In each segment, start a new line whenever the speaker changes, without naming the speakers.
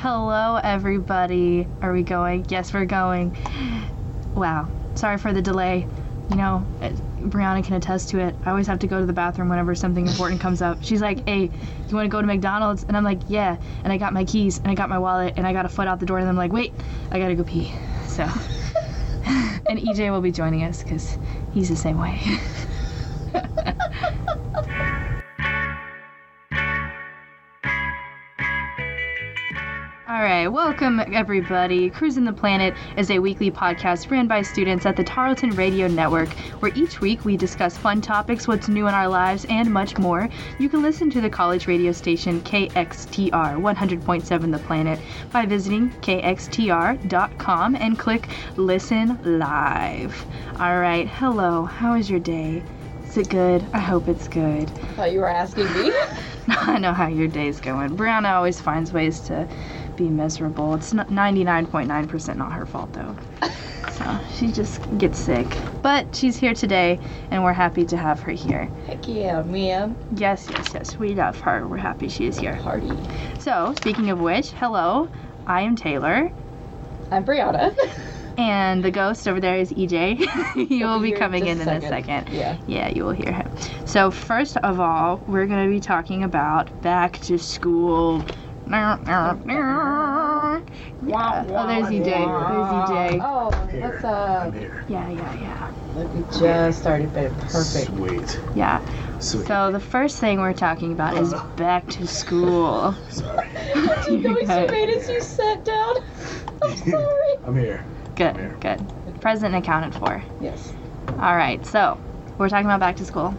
Hello, everybody. Are we going? Yes, we're going. Wow. Sorry for the delay. You know, it, Brianna can attest to it. I always have to go to the bathroom whenever something important comes up. She's like, hey, you want to go to McDonald's? And I'm like, yeah. And I got my keys, and I got my wallet, and I got a foot out the door, and I'm like, wait, I got to go pee. So, and EJ will be joining us because he's the same way. All right, welcome everybody. Cruising the Planet is a weekly podcast ran by students at the Tarleton Radio Network, where each week we discuss fun topics, what's new in our lives, and much more. You can listen to the college radio station KXTR 100.7 The Planet by visiting kxtr.com and click Listen Live. All right, hello. How is your day? Is it good? I hope it's good.
thought you were asking me.
I know how your day's going. Brianna always finds ways to be miserable. It's not 99.9% not her fault though. So she just gets sick. But she's here today and we're happy to have her here.
Heck yeah, ma'am.
Yes, yes, yes. We love her. We're happy she is here.
Party.
So, speaking of which, hello. I am Taylor
I'm Brianna.
and the ghost over there is EJ. you will be
here
coming in
just
in
a
a second.
Yeah.
Yeah, you will hear him. So, first of all, we're going to be talking about back to school. Yeah. Oh, there's EJ. There's EJ.
Oh, what's
uh,
up?
Here.
Yeah, yeah,
Look, we just started, but perfect.
Sweet.
yeah. Yeah.
Sweet.
So, the first thing we're talking about is back to school.
Sorry.
you know, she
Yeah.
made us. You sat down. I'm sorry.
I'm here.
Good, good. Present and accounted for.
Yes.
All right, so we're talking about back to school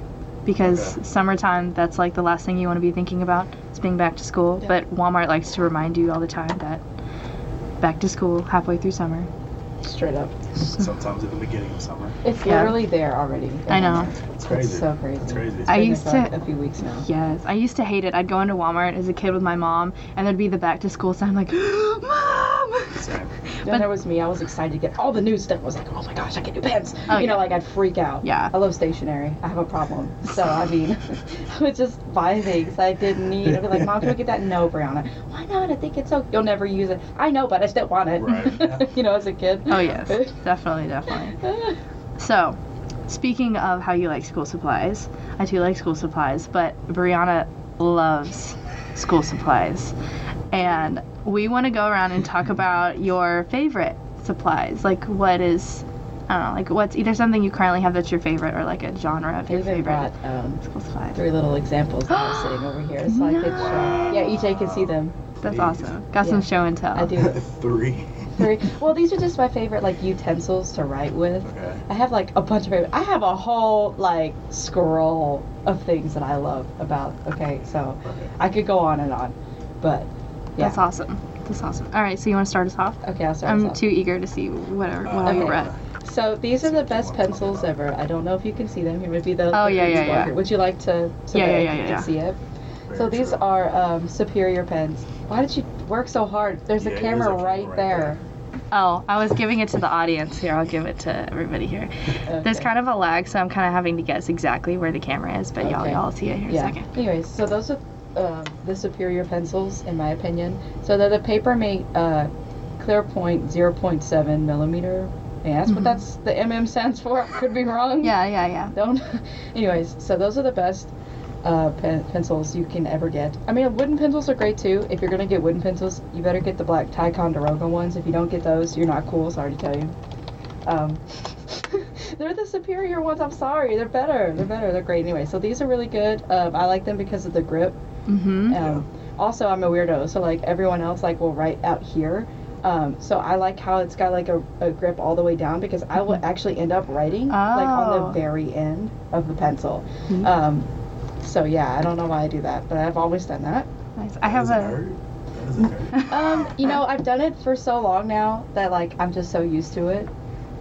because summertime, that's like the last thing you want to be thinking about is being back to school.
Yeah.
But Walmart likes to remind you all the time that back to school halfway through summer.
Straight up.
Sometimes at the beginning of summer.
It's
Yeah.
literally there already.
I know.
It's crazy.
so crazy.
It's crazy.
I
Been there
used
for,
to-
like, a few weeks now.
Yes, I used to hate it. I'd go into Walmart as a kid with my mom, and there'd be the back to school sign like, Mom!
Same.
But-
Then there was me. I was excited to get all the new stuff. I was like, oh my gosh, I get new pens.
Oh,
you
yeah.
know, like I'd freak out.
Yeah.
I love stationery. I have a problem. So, I mean, I would just buy things I didn't need. I'd be like, Mom, can we get that? No, Brianna. Why not? I think it's okay. You'll never use it. I know, but I still want it.
Right.
you know, as a kid.
Oh yes, definitely, definitely. So, speaking of how you like school supplies, I too like school supplies, but Brianna loves school supplies. And we want to go around and talk about your favorite supplies. Like, what is, I don't know, like, what's either something you currently have that's your favorite or like a genre of
I
your
even
favorite
brought um,
school supplies.
three little examples that are sitting over here, so I could show. Yeah, EJ can see them.
That's
Please.
awesome. Got
Yeah.
some show and tell.
I do
Three.
three. Well, these are just my favorite like utensils to write with.
Okay.
I have like a bunch of favorite. I have a whole like scroll of things that I love about. Okay, so I could go on and on, but yeah.
That's awesome. That's awesome. All right, so you want to start us off?
Okay, I'll start. us
I'm
off.
too eager to see whatever what all
Okay.
you read.
So these are the best pencils ever. I don't know if you can see them. Here would be the.
Oh,
the
yeah,
green
yeah,
square
yeah.
here. Would you like to? so
Yeah,
that
yeah,
you
yeah,
can
yeah.
See it.
Very
So these
true.
are um, superior pens. Why did you work so hard? There's
Yeah,
a
there's
camera
a camera
right,
right
there.
Oh, I was giving it to the audience here. I'll give it to everybody here. There's
Okay.
kind of a lag, so I'm kind of having to guess exactly where the camera is, but y'all
Okay.
y'all see it here in a
yeah.
second.
Anyways, so those are um the superior pencils, in my opinion. So they're the Papermate uh, Clear Point 0.7 millimeter. Yeah, that's what that's the MM stands for. I Could be wrong.
Yeah, yeah, yeah.
Don't. Anyways, so those are the best uh, pen- pencils you can ever get. I mean, wooden pencils are great too. If you're gonna get wooden pencils, you better get the black Ticonderoga ones. If you don't get those, you're not cool. Sorry to tell you. Um, they're the superior ones. I'm sorry. They're better. They're better. They're great. Anyway, so these are really good. Um, I like them because of the grip.
Mm-hmm.
Um, also, I'm a weirdo, so like everyone else, like will write out here. Um, so I like how it's got like a, a grip all the way down because I will actually end up writing like on
Mm-hmm. Oh.
the very end of the pencil. Um, so yeah, I don't know why I do that, but I've always done that.
Nice. I
That
have
doesn't
a.
hurt. That doesn't hurt.
Um, you know, I've done it for so long now that like I'm just so used to it.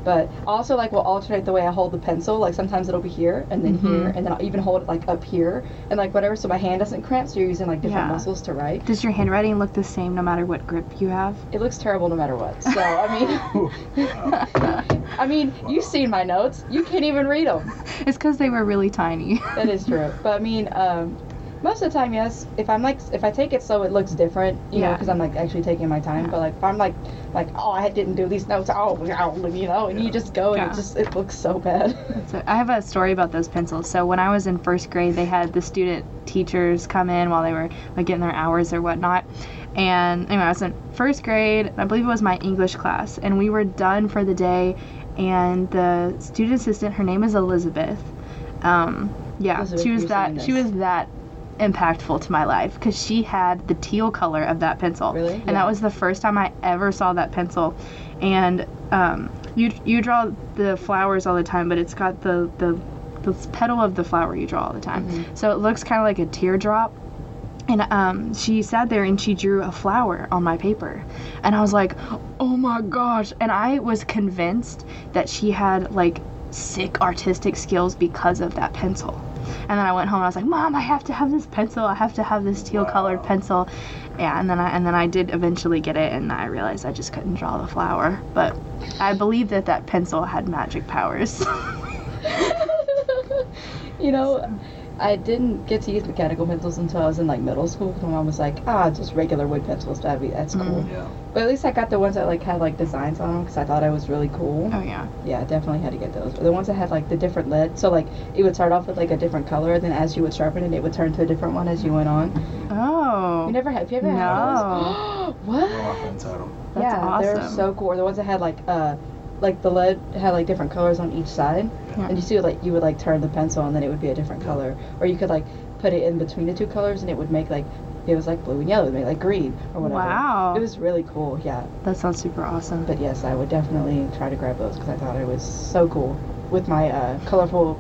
But I also like will alternate the way I hold the pencil. Like sometimes it'll be here and then
Mm-hmm.
here, and then I'll even hold it like up here and like whatever, so my hand doesn't cramp. So you're using like different
Yeah.
muscles to write.
Does your handwriting look the same no matter what grip you have?
it looks terrible no matter what. So I mean, I mean, you've seen my notes. You can't even read them.
It's because they were really tiny.
That is true. But I mean, um, Most of the time, yes. If I'm like, if I take it slow, it looks different, you know,
Yeah.
because I'm like actually taking my time.
Yeah.
But like, if I'm like, like, oh, I didn't do these notes, oh, oh, you know, and you
Yeah.
just go and
Yeah.
it just it looks so bad.
So I have a story about those pencils. So when I was in first grade, they had the student teachers come in while they were like getting their hours or whatnot. And anyway, I was in first grade. I believe it was my English class, and we were done for the day. And the student assistant, her name is Elizabeth. Um, yeah,
Elizabeth,
she was
you're
that.
saying
She
this.
was that impactful to my life because she had the teal color of that pencil
Really?
and
Yeah.
that was the first time i ever saw that pencil and um, you you draw the flowers all the time, but it's got the the, the petal of the flower you draw all the time.
Mm-hmm.
So it looks kind of like a teardrop. And um, she sat there and she drew a flower on my paper, and I was like, oh my gosh! And I was convinced that she had like sick artistic skills because of that pencil. And then I went home and I was like, Mom, I have to have this pencil. I have to have this teal colored
Wow.
pencil. Yeah, and then I and then I did eventually get it, and I realized I just couldn't draw the flower. But I believe that that pencil had magic powers. Oh,
you know, I didn't get to use mechanical pencils until I was in like middle school. 'cause My mom was like, ah, just regular wood pencils. That'd be that's cool.
Mm.
Yeah.
But at least I got the ones that like had like designs on them because I thought I was really cool.
oh yeah,
Yeah, I definitely had to get those. The ones that had like the different lead. So like it would start off with like a different color, then as you would sharpen it, it would turn to a different one as you went on.
oh,
You never had? Have you ever
No.
had those? what?
Raw fence had 'em.
That's
yeah, they're
awesome.
so cool. The ones that had like uh, like the lead had like different colors on each side,
Yeah.
and you see like you would like turn the pencil and then it would be a different color, or you could like put it in between the two colors and it would make like it was like blue and yellow, it made like green or whatever.
Wow.
It was really cool. Yeah.
that sounds super awesome.
But yes, I would definitely try to grab those because I thought it was so cool with my uh, colorful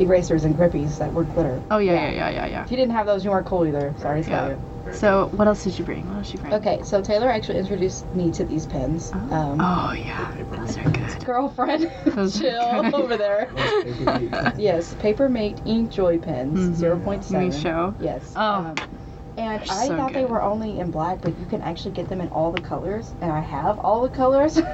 erasers and grippies that were glitter.
Oh yeah, yeah, yeah, yeah, yeah.
If you didn't have those, you weren't cool either. Sorry to tell
Yeah.
you.
Very
So what else did you bring? What else did you bring?
Okay, so Taylor actually introduced me to these pens.
Oh,
Um,
Oh, yeah, those are good.
Girlfriend,
Those are good.
chill over there.
good. Most paper beat.
Yes, Paper Mate Ink Joy pens,
Mhm.
0.7.
You show.
Yes. um,
Oh.
and
They're
I
so
thought they
good.
were only in black, but you can actually get them in all the colors, and I have all the colors.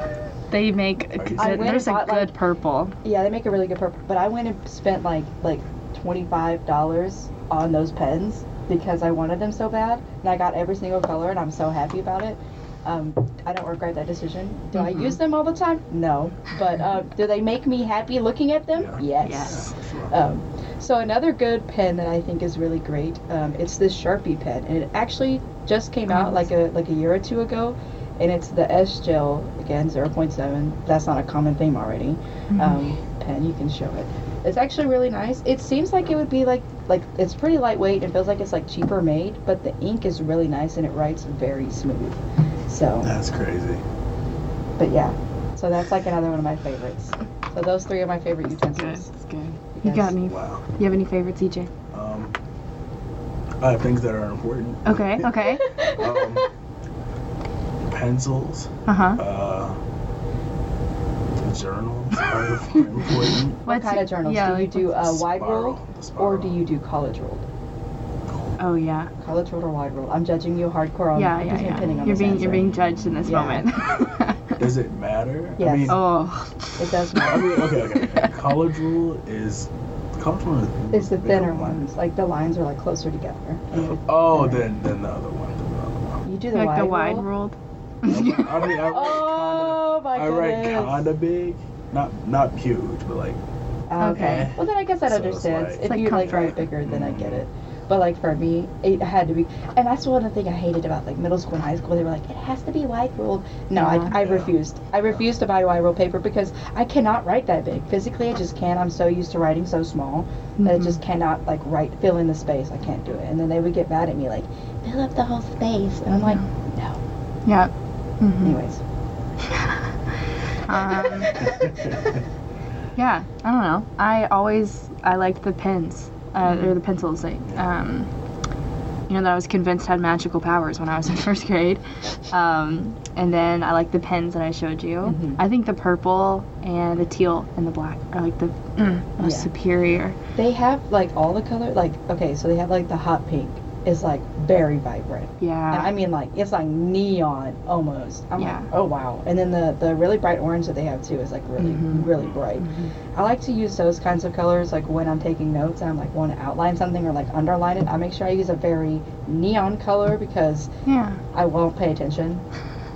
They make a
I
good-
went
and
there's a
bought,
good
like-
purple.
Yeah, they make a really good purple. But I went and spent like like twenty five dollars on those pens because I wanted them so bad, and I got every single color, and I'm so happy about it. Um, I don't regret that decision. Do I
Mhm.
use them all the time? No. But uh, do they make me happy looking at them?
Yeah.
Yes.
Yes.
Sure.
Um, so another good pen that I think is really great, um, it's this Sharpie pen, and it actually just came out like a like a year or two ago, and it's the S Gel again 0.7. That's not a common theme already.
Mm-hmm.
Um, pen, you can show it. It's actually really nice. It seems like it would be like like it's pretty lightweight. It feels like it's like cheaper made, but the ink is really nice and it writes very smooth. So,
That's crazy.
but yeah, so that's like another one of my favorites. So those three are my favorite
Good.
utensils.
It's good. You got
Yes.
me.
Wow.
You have any favorites, E EJ?
Um, I have things that are important.
Okay. Okay.
Um, pencils.
Uh huh.
Uh, journals are important.
What kind of journals? do you do uh, wide
Spiral,
rolled
the
or do
spiral.
you do college rolled?
Oh yeah.
College rolled or wide rolled? I'm judging you hardcore on
yeah,
because
yeah,
you're
yeah.
pinning on
you're
this
being
answer.
you're being judged in this
Yeah.
moment.
Does it matter? I
Yes.
mean,
oh.
It does
I
matter.
mean, okay, okay. College rule is college rule is
It's the
bigger
thinner
one.
ones, like the lines are like closer together.
Oh, then then the other one. then the other one.
You do the
like
wide
the wide
roll.
ruled.
I mean, I write
Oh my
kinda, I write
goodness.
kinda big, not not huge, but like
Ah,
Okay.
Well, then I guess that
So it's
understands.
like-
if
It's like
you like
comfort.
write bigger, then I get it. But like for me, it had to be, and that's one of the things I hated about like middle school and high school. They were like, it has to be wide ruled. No,
Yeah.
I, I
Yeah.
refused. I refused to buy wide roll paper because I cannot write that big. Physically, I just can't. I'm so used to writing so small that I
Mhm.
just cannot like write fill in the space. I can't do it. And then they would get mad at me like, fill up the whole space, and I'm like, no.
Yeah. hmm
Anyways.
Um, yeah. I don't know. I always I liked the pens uh,
Mm-hmm.
or the pencils. Like, um, you know that I was convinced had magical powers when I was in first grade. Um, and then I like the pens that I showed you.
Mhm.
I think the purple and the teal and the black are like the most
Yeah.
superior.
They have like all the color, like okay, so they have like the hot pink, is like very vibrant.
Yeah.
I mean, like it's like neon almost. I'm
Yeah.
like, oh wow. And then the the really bright orange that they have too is like really
Mhm.
really bright. I like to use those kinds of colors like when I'm taking notes and I'm like want to outline something or like underline it. I make sure I use a very neon color because
yeah.
I won't pay attention.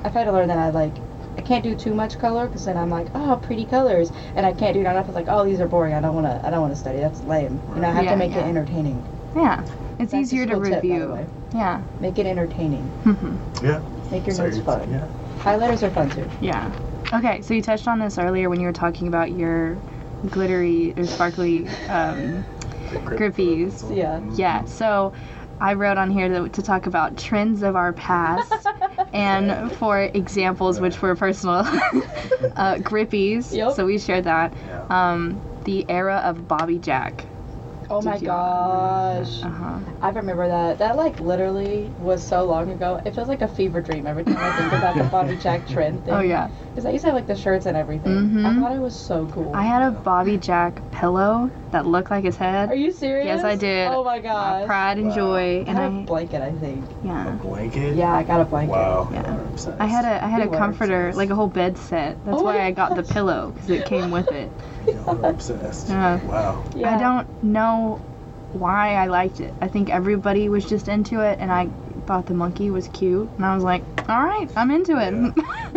I've had to learn that I like I can't do too much color because then I'm like, oh, pretty colors, and I can't do not enough. It's like, oh, these are boring. I don't want to. I don't want to study. That's lame. You know, I have
Yeah,
to make
yeah.
it entertaining.
Yeah. It's
That's a
easier to
school tip, by the
review.
way.
Yeah.
Make it entertaining.
Mhm.
Yeah.
Make your
So
notes
you-
fun.
Yeah.
Highlighters are fun too.
yeah. Okay, so you touched on this earlier when you were talking about your glittery or sparkly um, Grippies.
Yeah.
Yeah, so I wrote on here to, to talk about trends of our past and for examples which were personal. uh, grippies,
Yep.
so we shared that.
Yeah.
Um, the era of Bobby Jack.
oh my
Did you-
gosh,
Uh huh.
I remember that. That like literally was so long ago. It feels like a fever dream every time I think about the Bobby Jack trend thing.
Oh, yeah.
Because I used to have like the shirts and everything. I
Mhm.
thought it was so cool.
I had a Bobby Jack pillow that looked like his head.
Are you serious?
Yes, I did.
Oh my
Uh,
gosh.
pride and
Wow.
joy,
I
and
had a
I
blanket, I think.
A
yeah.
blanket.
Yeah, I got a blanket.
Wow.
Yeah.
You're obsessed.
I had a I had
We
a
were
comforter,
obsessed.
like a whole bed set. That's
Oh
why
my
I got the
gosh.
pillow because it came with it.
You're obsessed.
Yeah.
Wow.
Yeah.
I don't know why I liked it. I think everybody was just into it, and I thought the monkey was cute, and I was like, all right, I'm into it.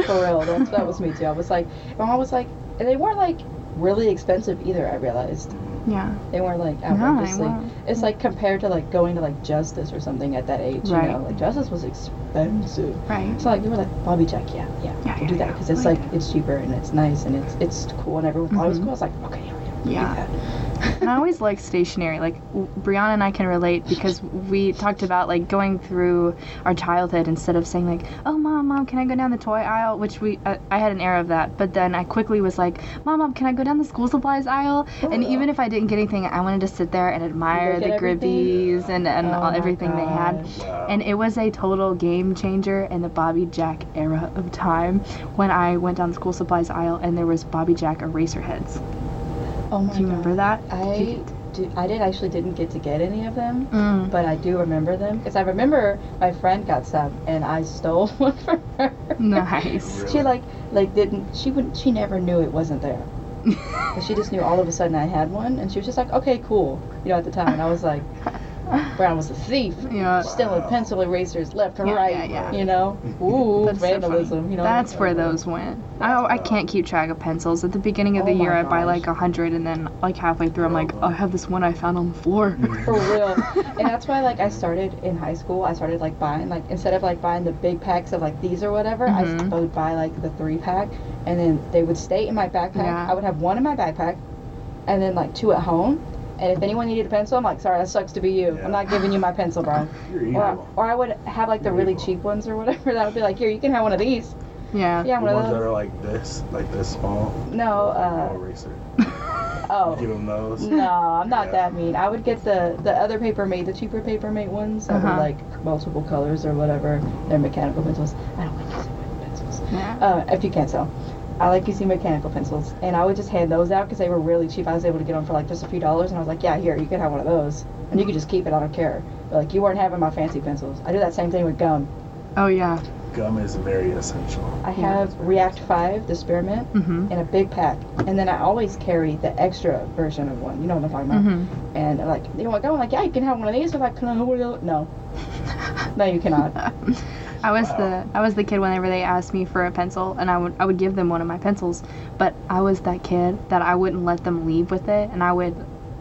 For real, that's, that was me too. I was like, my mom was like, and they weren't like really expensive either. I realized
yeah.
they weren't like
No, I
outrageously.
won't.
it's like compared to like going to like Justice or something at that age.
Right.
You know, like Justice was expensive.
Right.
So like you were like Bobby Jack, yeah, yeah,
Yeah,
we'll
yeah,
do that
yeah,
because it's
we'll
like
do
it's cheaper and it's nice and it's it's cool and everyone thought it was
Mhm.
cool. I was like, okay, yeah, yeah, we'll
Yeah.
do that.
And I always like stationery. Like w- Brianna and I can relate because we talked about like going through our childhood instead of saying like, "Oh, mom, mom, can I go down the toy aisle?" Which we I, I had an era of that, but then I quickly was like, "Mom, mom, can I go down the school supplies aisle?" and
yeah.
even if I didn't get anything, I wanted to sit there and admire
Look
the
at everything.
gribbies and and
Oh
all,
my
everything they had.
gosh.
Wow.
And it was a total game changer in the Bobby Jack era of time when I went down the school supplies aisle and there was Bobby Jack eraser heads.
Oh my
Do you remember
God.
that? Did
I
you-
do, I did actually didn't get to get any of them.
Mm.
But I do remember them because I remember my friend got some and I stole one from her.
Nice.
She like like didn't she wouldn't she never knew it wasn't there. But she just knew all of a sudden I had one and she was just like, okay, cool. You know, at the time and I was like, Brown was a thief.
Yeah.
Stealing
Wow.
pencil erasers left and
Yeah,
right.
yeah,
yeah.
You know, ooh,
That's so funny.
vandalism. you know,
That's where those went. I, I can't keep track of pencils. At the beginning of the
Oh my
year, I buy
gosh.
like a hundred, and then like halfway through, I'm like, oh, I have this one I found on the floor.
For real. and that's why like I started in high school, I started like buying like instead of like buying the big packs of like these or whatever, I
Mhm.
s- would buy like the three pack and then they would stay in my backpack.
Yeah.
I would have one in my backpack and then like two at home. And if anyone needed a pencil, I'm like, sorry, that sucks to be you.
Yeah.
I'm not giving you my pencil, bro.
You're
or,
evil.
or I would have like the
You're
really
evil.
cheap ones or whatever. That would be like, here, you can have one of these.
Yeah.
Yeah,
the
one
ones
of
that
those.
are like this, like this small.
No,
Ball
uh,
racer.
oh.
Give them those.
No, I'm not
Yeah.
that mean. I would get the the other paper mate, the cheaper paper mate ones that
Uh-huh.
were like multiple colors or whatever. They're mechanical pencils. I don't like using wooden pencils.
Yeah.
Uh, if you can't tell, I like using mechanical pencils, and I would just hand those out because they were really cheap. I was able to get them for like just a few dollars, and I was like, yeah, here, you can have one of those, and you can just keep it. I don't care. But, like you weren't having my fancy pencils. I do that same thing with gum.
Oh yeah.
Gum is very essential.
I
Yeah.
have React Five, the spearmint,
Mhm.
in a big pack, and then I always carry the extra version of one. You know what I'm talking about.
Mhm.
And they're like, you know what? I'm like, yeah, you can have one of these. I'm like, can I have one of those? No. No, you cannot.
I was
Wow.
the I was the kid whenever they asked me for a pencil and I would I would give them one of my pencils, but I was that kid that I wouldn't let them leave with it and I would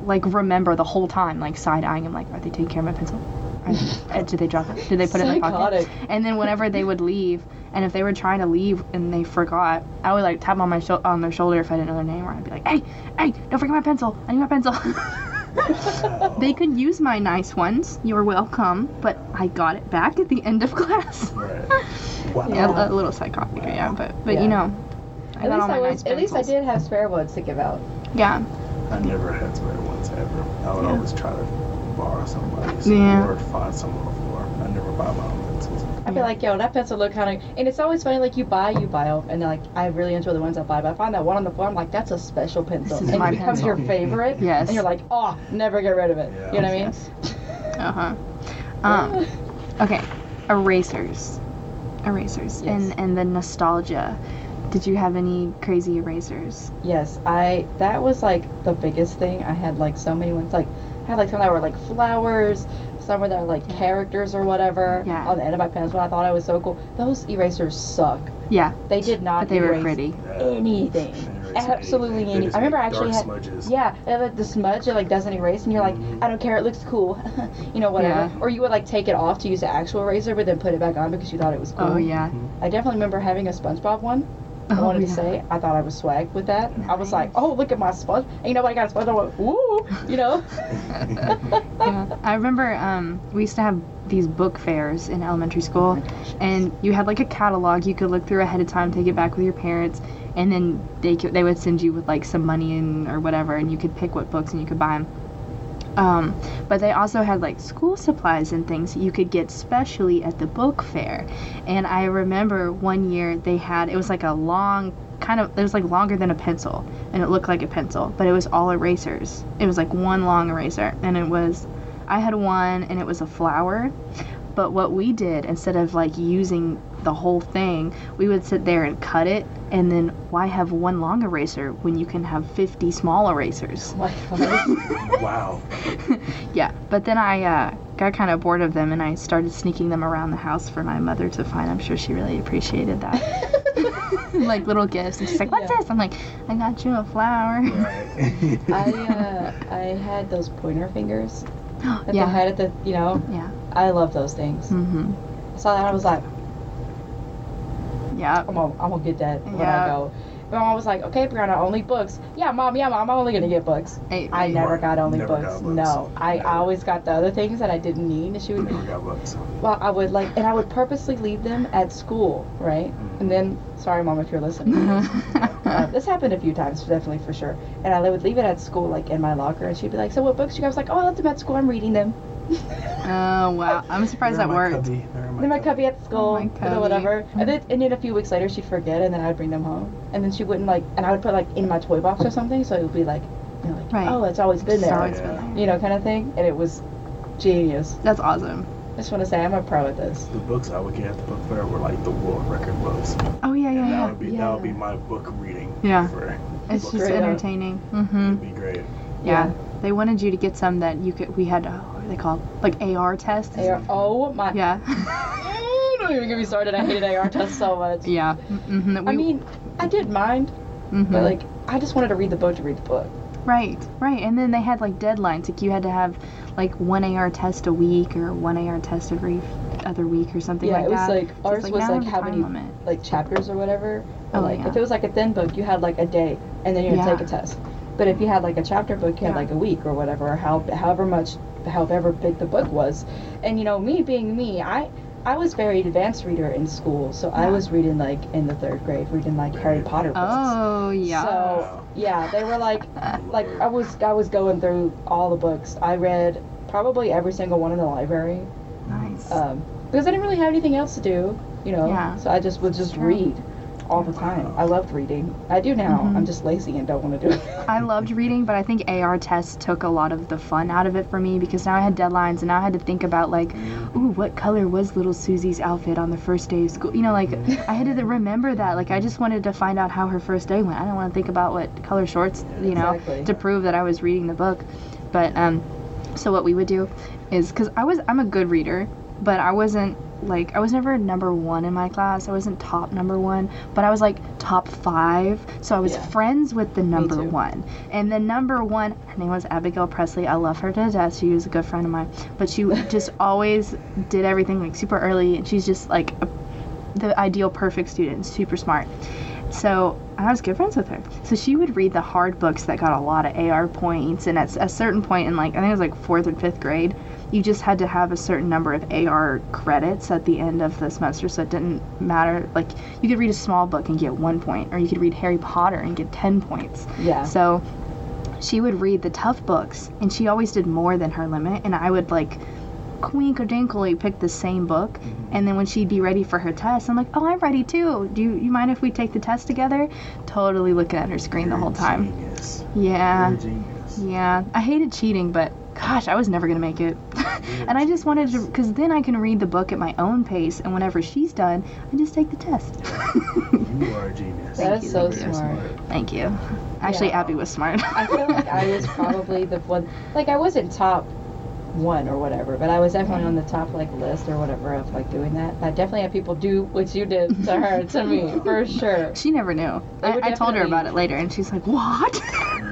like remember the whole time like side eyeing them like are they taking care of my pencil? Are they- uh, Did they drop it? Did they put it in my pocket?
Psychotic.
And then whenever they would leave, and if they were trying to leave and they forgot, I would like tap on my shou- on their shoulder if I didn't know their name, or I'd be like, "Hey, hey, don't forget my pencil! I need my pencil."
Wow.
They could use my nice ones. You're welcome. But I got it back at the end of class.
Right. Wow.
Yeah, a- a little psychotic, yeah, but but
Yeah.
you know, I got
At least
all my
I was.
nice
at least I
pencils.
did have spare ones to give out.
Yeah,
I never had spare ones ever. I would
Yeah.
always try to borrow somebody's
Yeah.
or find someone on the floor. I never buy my own pencils.
I'd be
Yeah.
like, yo, that pencil look kind of. And it's always funny, like you buy, you buy, and then, like I really enjoy the ones I buy. But I find that one on the floor, I'm like, that's a special pencil,
is
and
my
it becomes your
pencil.
favorite.
Yes.
And you're like, oh, never get rid of it.
Yeah.
You know what I mean?
Yes. uh huh. Um, okay, erasers, erasers,
Yes.
and and the nostalgia. Did you have any crazy erasers?
Yes, I that was like the biggest thing. I had like so many ones like I had like some that were like flowers, some were that were like characters or whatever
Yeah.
on the end of my pens. But I thought it was so cool. Those erasers suck.
Yeah,
They did not.
but they were
Uh, erase-
pretty.
Anything. Absolutely anything. I remember I actually had-
dark smudges.
Yeah, and, like the smudge it like doesn't erase, and you're like,
Mhm.
I don't care, it looks cool, you know whatever.
Yeah.
Or you would like take it off to use the actual eraser, but then put it back on because you thought it was cool.
Oh yeah.
Mm-hmm.
I definitely remember having a SpongeBob one. I
Oh,
wanted to
yeah.
say I thought I was swag with that. I was like,
Nice.
oh look at my sponge. And you know what I got a sponge. I went, woo, you know.
yeah. I remember um, we used to have these book fairs in elementary school, and you had like a catalog you could look through ahead of time, take it back with your parents, and then they could, they would send you with like some money and or whatever, and you could pick what books and you could buy them. Um, but they also had like school supplies and things that you could get specially at the book fair. And I remember one year they had it was like a long kind of it was like longer than a pencil and it looked like a pencil, but it was all erasers. It was like one long eraser and it was I had one and it was a flower. But what we did instead of like using the whole thing, we would sit there and cut it and then why have one long eraser when you can have 50 small erasers?
Like, oh,
Wow.
Yeah, but then I uh, got kind of bored of them and I started sneaking them around the house for my mother to find. I'm sure she really appreciated that. like little gifts. And she's like, What's
Yeah.
this? I'm like, I got you a flower.
Right.
I uh, I had those pointer fingers that
yeah.
they had at the you know.
Yeah.
I love those things.
hmm
I saw that and I was like,
Yeah.
I'm gonna, I'm gonna get that when
Yeah.
I go. My mom was like, okay, Brianna, only books. Yeah, mom, yeah, mom, I'm only gonna get books.
Hey,
I
hey.
never got only
Never got
books.
books.
No, I
Never.
always got the other things that I didn't need, and she would.
Never got books.
Well, I would like, and I would purposely leave them at school, right? And then, sorry, mom, if you're listening. Uh, this happened a few times, definitely for sure. And I would leave it at school, like in my locker, and she'd be like, "So what books you got?" I was like, "Oh, I left them at school. I'm reading them."
oh, wow. I'm surprised that worked.
Then my cubby at school,
oh my
or
cubby.
the whatever. And then, and then a few weeks later, she'd forget, and then I'd bring them home, and then she wouldn't like, and I would put like in my toy box or something, so it would be like, you know, like,
Right.
oh, it's always been
It's
there,
always been
Yeah.
there.
you know, kind of thing. And it was genius.
That's awesome.
I just want to say I'm a pro at this.
The books I would get at the book fair were like the world record books.
Oh, yeah, yeah,
And that
yeah.
would be that would be my book reading.
Yeah.
For,
It's just
Straight up.
entertaining. hmm
Mm.
It'd be great.
Yeah. They wanted you to get some that you could, we had, uh, what are they called? Like AR tests?
They are, oh my.
Yeah.
Don't even get me started. I hated AR tests so much.
yeah. Mm-hmm.
I mean, I did mind, but like, I just wanted to read the book to read the book.
Right, right. And then they had like deadlines. Like you had to have like one AR test a week or one AR test every f- other week or something
yeah,
like
it was
that.
like
So
ours
it's
was
now
like
we have
how
a
many
time limit.
like chapters or whatever.
Oh,
Or, like
yeah.
if it was like a thin book, you had like a day, and then you had to
Yeah.
take a test. But if you had like a chapter book, you had
Yeah.
like a week or whatever, or how however much, however big the book was. And you know, me being me, I. I was very advanced reader in school, so I
Yeah.
was reading like in the third grade, reading like Harry Potter books.
Oh yeah.
So uh, yeah, they were like like
Lord.
I was I was going through all the books. I read probably every single one in the library
nice.
um, because I didn't really have anything else to do, you know.
Yeah.
So I just would just
true.
read all the time. I loved reading. I do now.
Mhm.
I'm just lazy and don't want to do it.
I loved reading, but I think AR tests took a lot of the fun out of it for me because now I had deadlines and now I had to think about like, ooh, what color was little Susie's outfit on the first day of school? You know, like I had to remember that. Like I just wanted to find out how her first day went. I didn't want to think about what color shorts, you know,
Exactly.
to prove that I was reading the book. But um, so what we would do is because I was I'm a good reader, but I wasn't like I was never number one in my class. I wasn't top number one, but I was like top five. So I was
Yeah.
friends with the number
too.
one. And the number one, her name was Abigail Presley. I love her to death. She was a good friend of mine. But she just always did everything like super early, and she's just like a, the ideal perfect student, super smart. So I was good friends with her. So she would read the hard books that got a lot of AR points, and at s- a certain point in like I think it was like fourth and fifth grade, you just had to have a certain number of AR credits at the end of the semester, so it didn't matter. Like you could read a small book and get one point, or you could read Harry Potter and get ten points.
yeah.
So she would read the tough books, and she always did more than her limit, and I would like quinkadinkly pick the same book, and then when she'd be ready for her test, I'm like, oh, I'm ready too. Do you, you mind if we take the test together? Totally looking at her screen the whole time.
Genius.
Yeah,
You're a genius.
yeah. I hated cheating, but gosh, I was never gonna make it. and I just wanted to, because then I can read the book at my own pace, and whenever she's done, I just take the test.
You are a
Thank
genius.
That
you.
is so
Very
smart.
Thank you. Actually,
Yeah.
Abby was smart.
I feel like I was probably the one, like I wasn't top one or whatever, but I was definitely on the top like list or whatever of like doing that. I definitely had people do what you did to her to me for sure.
She never knew.
They would
I, I told her
definitely-
about it later, and she's like, "What?"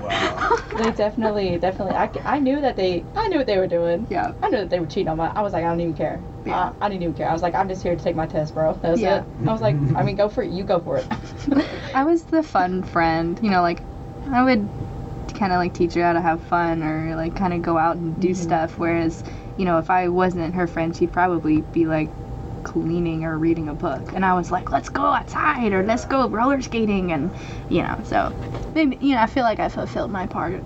Wow.
They definitely, definitely. I, c- I knew that they, I knew what they were doing.
yeah.
I knew that they were cheating on my. I was like, I don't even care.
Yeah.
I, I didn't even care. I was like, I'm just here to take my test, bro. That was
Yeah.
it. I was like, I mean, go for it. You go for it.
I was the fun friend. You know, like I would kind of like teach her how to have fun or like kind of go out and do
Mm-hmm.
stuff. Whereas, you know, if I wasn't her friend, she'd probably be like cleaning or reading a book. And I was like, let's go outside or let's go roller skating and you know. So maybe you know, I feel like I fulfilled my part.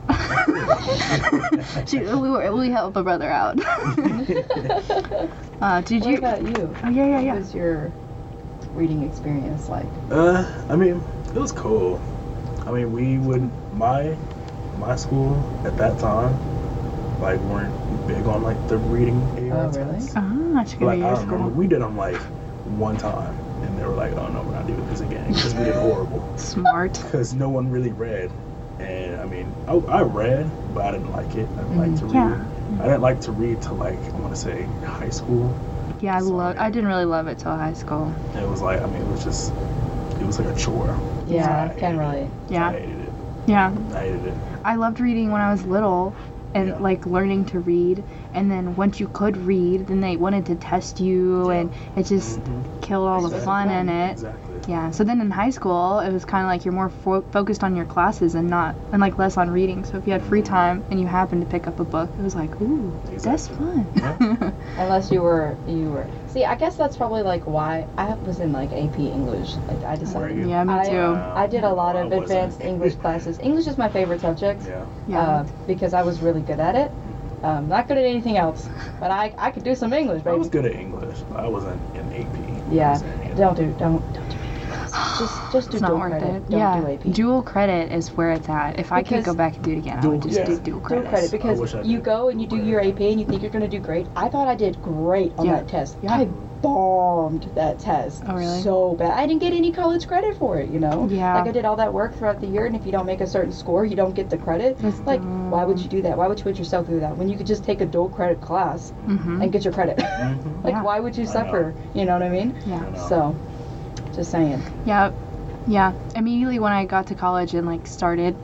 she, we, were, we help a brother out. uh, did
what
you?
about you?
Oh yeah, yeah,
What
yeah.
was your reading experience like?
Uh, I mean, it was cool. I mean, we would my my school at that time like weren't big on like the reading
Oh,
AR
really?
tests.
Ah, she could
Like
be
I
your
remember
school.
we did them like one time, and they were like, "Oh no, we're not doing this again," because we did horrible.
Smart.
Because no one really read, and I mean, I, I read, but I didn't like it. I didn't like to
Mm,
read.
Yeah.
I didn't like to read till like I want to say high school.
Yeah, I
Sorry.
love. I didn't really love it till high school.
It was like I mean, it was just it was like a chore.
Yeah,
Right.
can relate.
I
Yeah,
hated it.
yeah.
I hated it.
I loved reading when I was little, and
Yeah.
like learning to read. And then once you could read, then they wanted to test you,
Yeah.
and it just
Mhm.
killed all the
Exactly.
fun in it.
Exactly.
Yeah. So then in high school, it was kind of like you're more fo- focused on your classes and not and like less on reading. So if you had free time and you happened to pick up a book, it was like, ooh, that's
Exactly.
fun.
Yeah.
Unless you were, you were. See, I guess that's probably like why I was in like AP English. Like I
Were
decided.
you?
Yeah, me
I- um,
too.
I did a lot
I
of
wasn't.
advanced English classes. English is my favorite subject
Yeah.
Yeah.
uh, because I was really good at it. Um, not good at anything else,
Uh,
but I, I could do some English,
I was
baby.
good at English, but I wasn't in AP.
Yeah.
I was in
Don't do, don't, don't do AP classes. Just, just do
It's not
dual
worth
credit.
it.
Don't
yeah,
do AP.
dual credit is where it's at. If I could
Because-
go back and do it again, I
Dual-
would just
yeah.
do dual credit.
Dual credit
I wish
because
I
you
did.
go and you do your AP and you think you're gonna do great. I thought I did great on
Yeah.
that test.
Yeah.
I bombed that test
Oh, really?
so bad. I didn't get any college credit for it. You know,
Yeah.
like I did all that work throughout the year, and if you don't make a certain score, you don't get the credit.
That's
like,
dumb.
why would you do that? Why would you put yourself through that when you could just take a dual credit class
Mm-hmm.
and get your credit?
Mhm.
like,
Yeah.
why would you
I know.
suffer? You know what I mean?
Yeah.
I know.
So, just saying.
Yeah, yeah. Immediately when I got to college and like started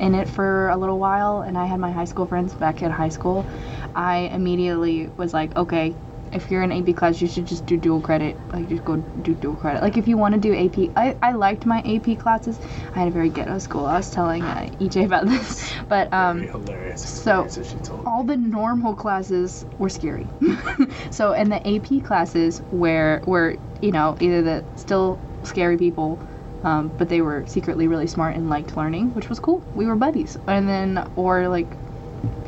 in it for a little while, and I had my high school friends back in high school, I immediately was like, okay, if you're in AP class, you should just do dual credit. Like, just go do dual credit. Like, if you want to do AP, I, I liked my AP classes. I had a very ghetto school. I was telling uh, EJ about this, but um.
Very hilarious
so-
experiences she told.
all the normal classes were scary. so in the AP classes where were you know either the still scary people, um, but they were secretly really smart and liked learning, which was cool. We were buddies, and then or like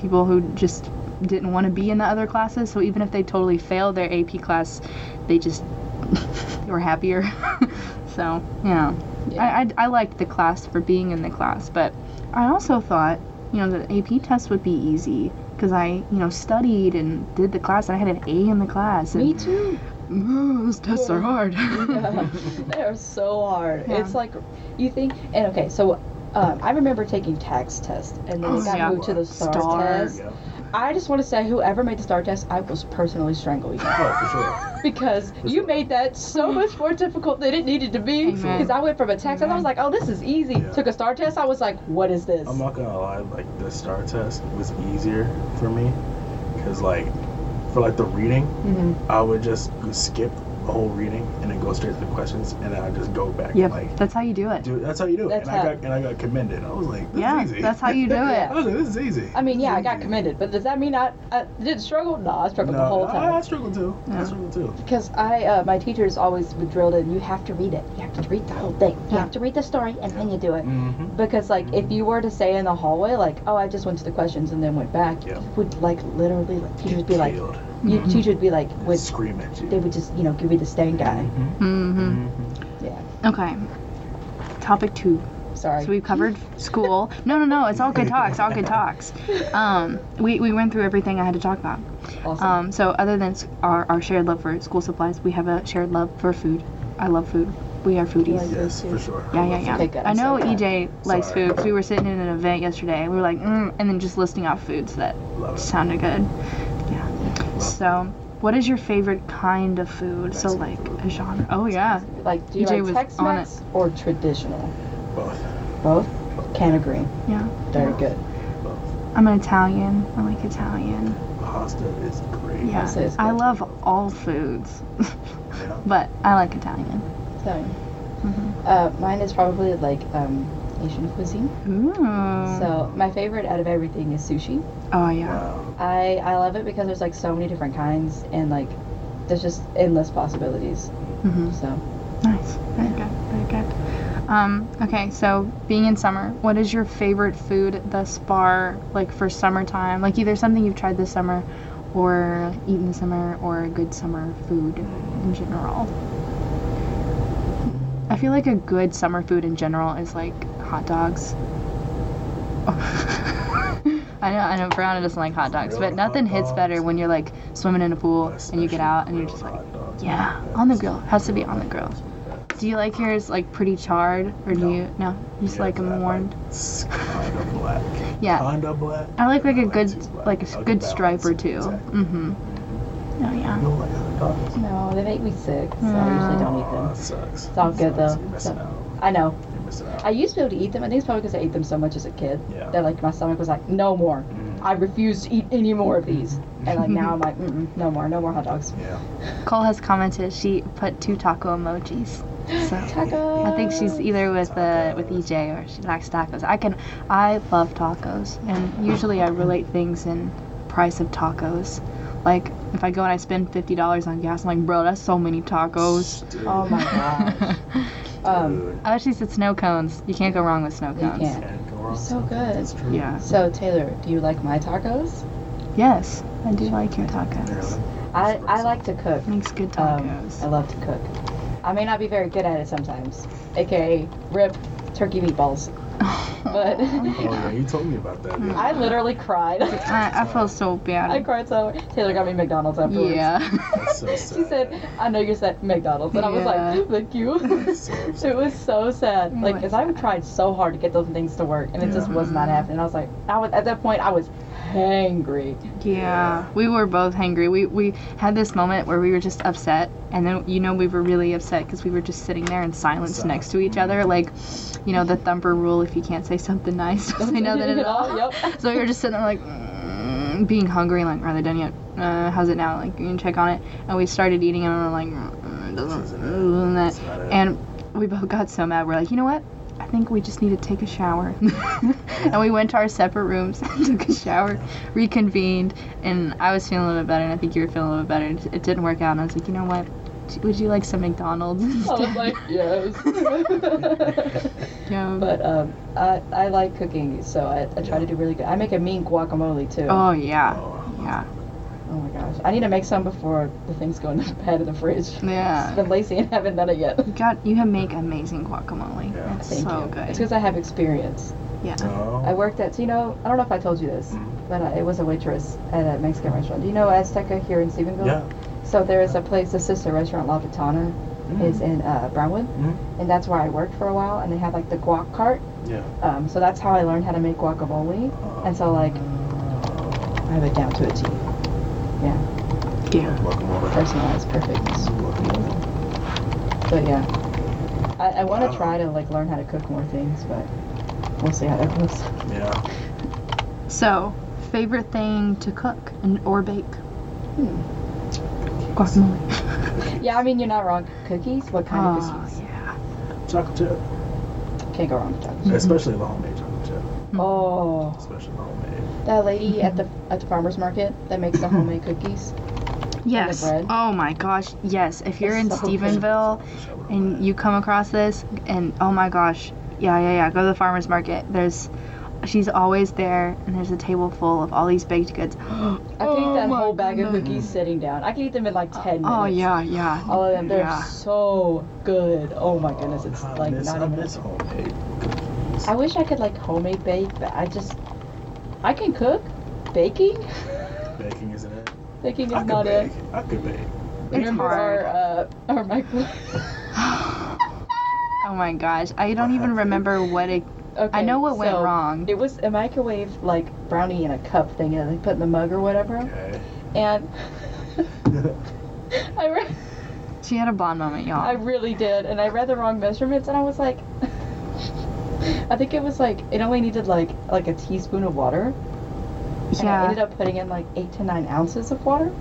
people who just didn't want to be in the other classes. So even if they totally failed their AP class, they just they were happier. so yeah. I, I, I liked the class for being in the class, but I also thought, you know, the AP test would be easy because I, you know, studied and did the class and I had an A in the class. And
Me too.
"Ooh, those tests are hard.
they are so hard.
Yeah.
It's like you think, and okay, so um, I remember taking tax test, and then
Oh,
it got
yeah.
moved to the star,
Star.
test.
Yeah.
I just want to say, whoever made the star test, I will personally strangle you
Oh, for sure.
because you made that so much more difficult than it needed to be.
Amen.
Because I went from a tax, and I was like, oh, this is easy.
Yeah.
Took a star test, I was like, what is this?
I'm not gonna lie. Like the star test was easier for me, cause like for like the reading,
Mhm.
Mm-hmm.
I would just skip the whole reading and then go straight to the questions, and then I just go back.
yep,
Like,
that's how you do it.
dude, that's how you do it.
That's
and
how-
I got and I got commended. I was like, this
Yeah,
is easy.
that's how you do
Yeah.
it.
I was like, this is easy.
I mean, yeah, I got
Easy.
commended, but does that mean I, I didn't struggle? No, I
No,
struggled the whole time.
I, I struggled too.
Yeah.
I struggled too.
Because I, uh, my teachers always would drilled in, you have to read it. You have to read the whole thing. You
Yeah.
have to read the story, and then you do it.
Mm-hmm.
Because like, if you were to say in the hallway, like, oh, I just went to the questions and then went back,
Yeah.
you would like literally, like, teachers would be like, you,
Mm-hmm.
teachers would be like, would
scream at you.
they would just, you know, give you the stained guy.
Mm-hmm.
hmm Okay. Topic two.
Sorry.
So we've covered school. No, no, no. It's all good talks. All good talks. Um, we, we went through everything I had to talk about.
Awesome.
Um, so other than s- our, our shared love for school supplies, we have a shared love for food. I love food. We are foodies.
Yeah.
Yes,
too.
for sure.
Yeah, yeah, yeah.
Okay, good.
I
I'm
know
sorry.
EJ likes
Sorry.
food 'cause we were sitting in an event yesterday and we were like, mm, and then just listing off foods that
Love it.
sounded good. Yeah. So, what is your favorite kind of food? So, like
Mexican
a genre. Oh, yeah.
like, do you
EJ
like
was
Tex-Mex or traditional?
Both.
Both. Can agree.
Yeah.
Very good.
I'm an Italian. I like Italian.
Pasta is great.
Yeah.
Pasta is
I
good.
love all foods,
Yeah.
but I like Italian.
So,
Mhm.
uh, mine is probably like um, Asian cuisine.
Ooh.
So my favorite out of everything is sushi.
oh, yeah.
Wow.
I I love it because there's like so many different kinds and like there's just endless possibilities.
hmm
So
Nice. Very good. Very good. Um, okay, so being in summer, what is your favorite food thus far, like for summertime? Like either something you've tried this summer or eaten this summer or a good summer food in general? I feel like a good summer food in general is like hot dogs. I know, I know, Brianna doesn't like hot dogs, but
Grilled hot
nothing hits better
dogs.
when you're like swimming in a pool and you get
Especially
out and you're
grilled
just like,
hot dogs.
yeah,
Yeah,
on the
it's-
grill. Has to be on the grill. Do you like yours like pretty charred, or do
No.
you no? You just
Yeah,
like
but I
them warmed.
It's kind of black.
Yeah.
Kind of black.
I like like
I
a
like
good
two black.
like a
I
s-
like a
good stripe or
balance,
two.
exactly.
Mm-hmm. Oh
You
yeah.
don't like hot dogs?
no, they make me sick. So I
Mm.
usually don't eat
Aw,
them.
that sucks.
It's all
That
good,
sucks.
though.
You're missing out.
I know.
You're missing out.
I used to be able to eat them. I think it's probably because I ate them so much as a kid
Yeah.
that like my stomach was like, no more.
Mm.
I refuse to eat any more of these. And like now I'm like, Mm-mm, no more, no more hot dogs.
Yeah.
Cole has commented she put two taco emojis. So
Taco.
I think she's either with uh, with EJ or she likes tacos. I can I love tacos and usually I relate things in price of tacos. Like if I go and I spend fifty dollars on gas, I'm like, bro, that's so many tacos.
Dude,
Oh my gosh. Um,
dude.
I actually said snow cones. You can't go wrong with snow
You
cones.
can't.
Can't go wrong.
so good.
That's true.
Yeah.
so Taylor, do you like my tacos?
Yes, I do like your tacos.
I, I like to cook.
Makes good
Um,
tacos.
I love to cook. I may not be very good at it sometimes, aka rip turkey meatballs. But
Oh yeah, you told me about that. yeah.
I literally cried.
Hmm. I, I feel so bad.
I cried so much. Taylor got me McDonald's afterwards.
yeah.
That's so
She
sad.
said, I know you said McDonald's. And I was
Yeah.
like, thank you.
That's so sad.
it was so sad.
It
Like,
was
because I tried so hard to get those things to work, and it just was not
Mm-hmm.
happening. I was like, I was, at that point, I was hangry.
yeah. We were both hangry. We we had this moment where we were just upset, and then you know we were really upset because we were just sitting there in silence
Silent.
next to each other,
Mm-hmm.
like, you know, the thumper rule. If you can't say something nice, don't say nothing at all.
Yep.
So we were just sitting there like mm, being hungry, like are they done yet? Uh, how's it now? Like you can check on it. And we started eating and we were like mm, mm,
This
doesn't
isn't it.
mm, that.
That's not it.
And we both got so mad. We're like, you know what? I think we just need to take a shower. and we went to our separate rooms, took a shower, reconvened, and I was feeling a little bit better, and I think you were feeling a little better. and It didn't work out, and I was like, you know what? Would you like some McDonald's?
I was
instead?"
like, yes.
Yeah.
but um, I, I like cooking, so I, I try to do really good. I make a mean guacamole too.
oh yeah,
Oh,
yeah,
Oh my gosh. I need to make some before the things go in the bed in the fridge.
yeah.
I've been lazy and haven't done it yet.
God, you have make amazing guacamole.
Yeah.
It's
Thank
so
you.
good.
It's because I have experience.
no.
I worked at, so you know, I don't know if I told you this, but I, it was a waitress at a Mexican restaurant. Do you know Azteca here in Stephenville?
Yeah.
So there is a place, the sister restaurant, La Vitana,
Mm-hmm.
is in uh, Brownwood,
Mhm.
and that's where I worked for a while, and they had like the guac cart.
Yeah. Oh.
Um, so that's how I learned how to make guacamole, and so like I have it down to a T.
Yeah.
Welcome over.
Personalized perfectness. But yeah, I, I want
Wow.
to try to like learn how to cook more things, but we'll see how that goes.
Yeah.
So, favorite thing to cook and or bake?
Hmm.
Guacamole.
Yeah, I mean you're not wrong. Cookies? What kind of
Oh,
cookies?
yeah.
Chocolate chip.
Can't go wrong with chocolate.
Especially the homemade chocolate chip.
Oh,
Especially the homemade.
that lady at the at the farmers market that makes the homemade cookies.
Yes.
bread.
Oh my gosh. Yes. If you're in
It's so good.
Stephenville and you come across this, and oh my gosh, yeah, yeah, yeah. Go to the farmers market. There's, she's always there, and there's a table full of all these baked goods.
I could eat that
my
whole bag of
goodness.
cookies sitting down. I could eat them in like ten minutes.
Oh yeah, yeah.
All of them. They're
Yeah.
so good. Oh my goodness, it's
I
like
miss,
not
I
even.
miss homemade cookies.
I wish I could like homemade bake, but I just I can cook. Baking?
Baking isn't it?
Baking
I
is
could
not it.
bake. I could bake.
Remember
hard.
our uh, our microwave.
Oh my gosh, I don't even remember what it.
Okay,
I know what went
so
wrong.
It was a microwave like brownie in a cup thing that they put in the mug or whatever.
Okay.
And I re-
She had a bond moment,
I
y'all.
really did, and I read the wrong measurements, and I was like, I think it was like it only needed like like a teaspoon of water, and I ended
yeah,
up putting in like eight to nine ounces of water.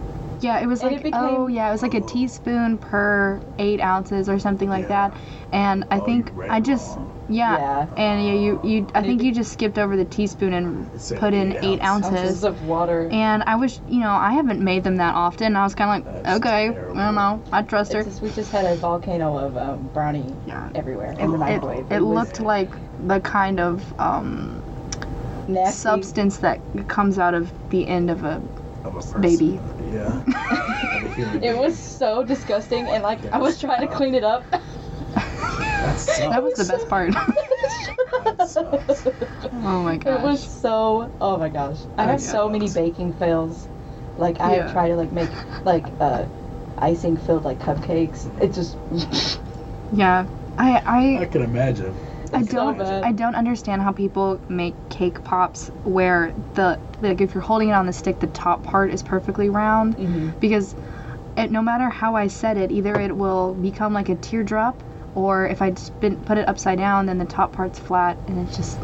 yeah, it was
and
like
it
oh
became-
yeah, it was like a teaspoon per eight ounces or something like
Yeah.
that. And I
Oh, you
think
read
I
it
just
wrong.
yeah,
Yeah.
and you you, you I
It
think
be-
you just skipped over the teaspoon and
It said
put in eight ounces.
Ounces of water.
And I wish, you know, I haven't made them that often. I was kind of like,
That's
okay,
terrible.
I don't know, I trust her.
It's just- we just had a volcano of um, brownie
Yeah.
everywhere in the
Oh, It,
microwave.
it
was
looked like the kind of um,
nasty.
substance that comes out of the end of a.
I'm a person.
Baby.
Yeah. I'm a human
It
being.
was so disgusting, and like I was trying to clean it up.
That sucks.
That was the best part.
That sucks.
oh my
It
gosh.
was so. Oh my gosh! I
Oh,
have
yeah.
so many baking fails. Like I
Yeah.
have tried to like make like uh, icing filled like cupcakes. It just
yeah. I,
I can imagine.
I, I
It's so
don't
bad.
I don't understand how people make cake pops where the like if you're holding it on the stick the top part is perfectly round
Mm.
because it, no matter how I set it either it will become like a teardrop or if I spin, put it upside down then the top part's flat and it's just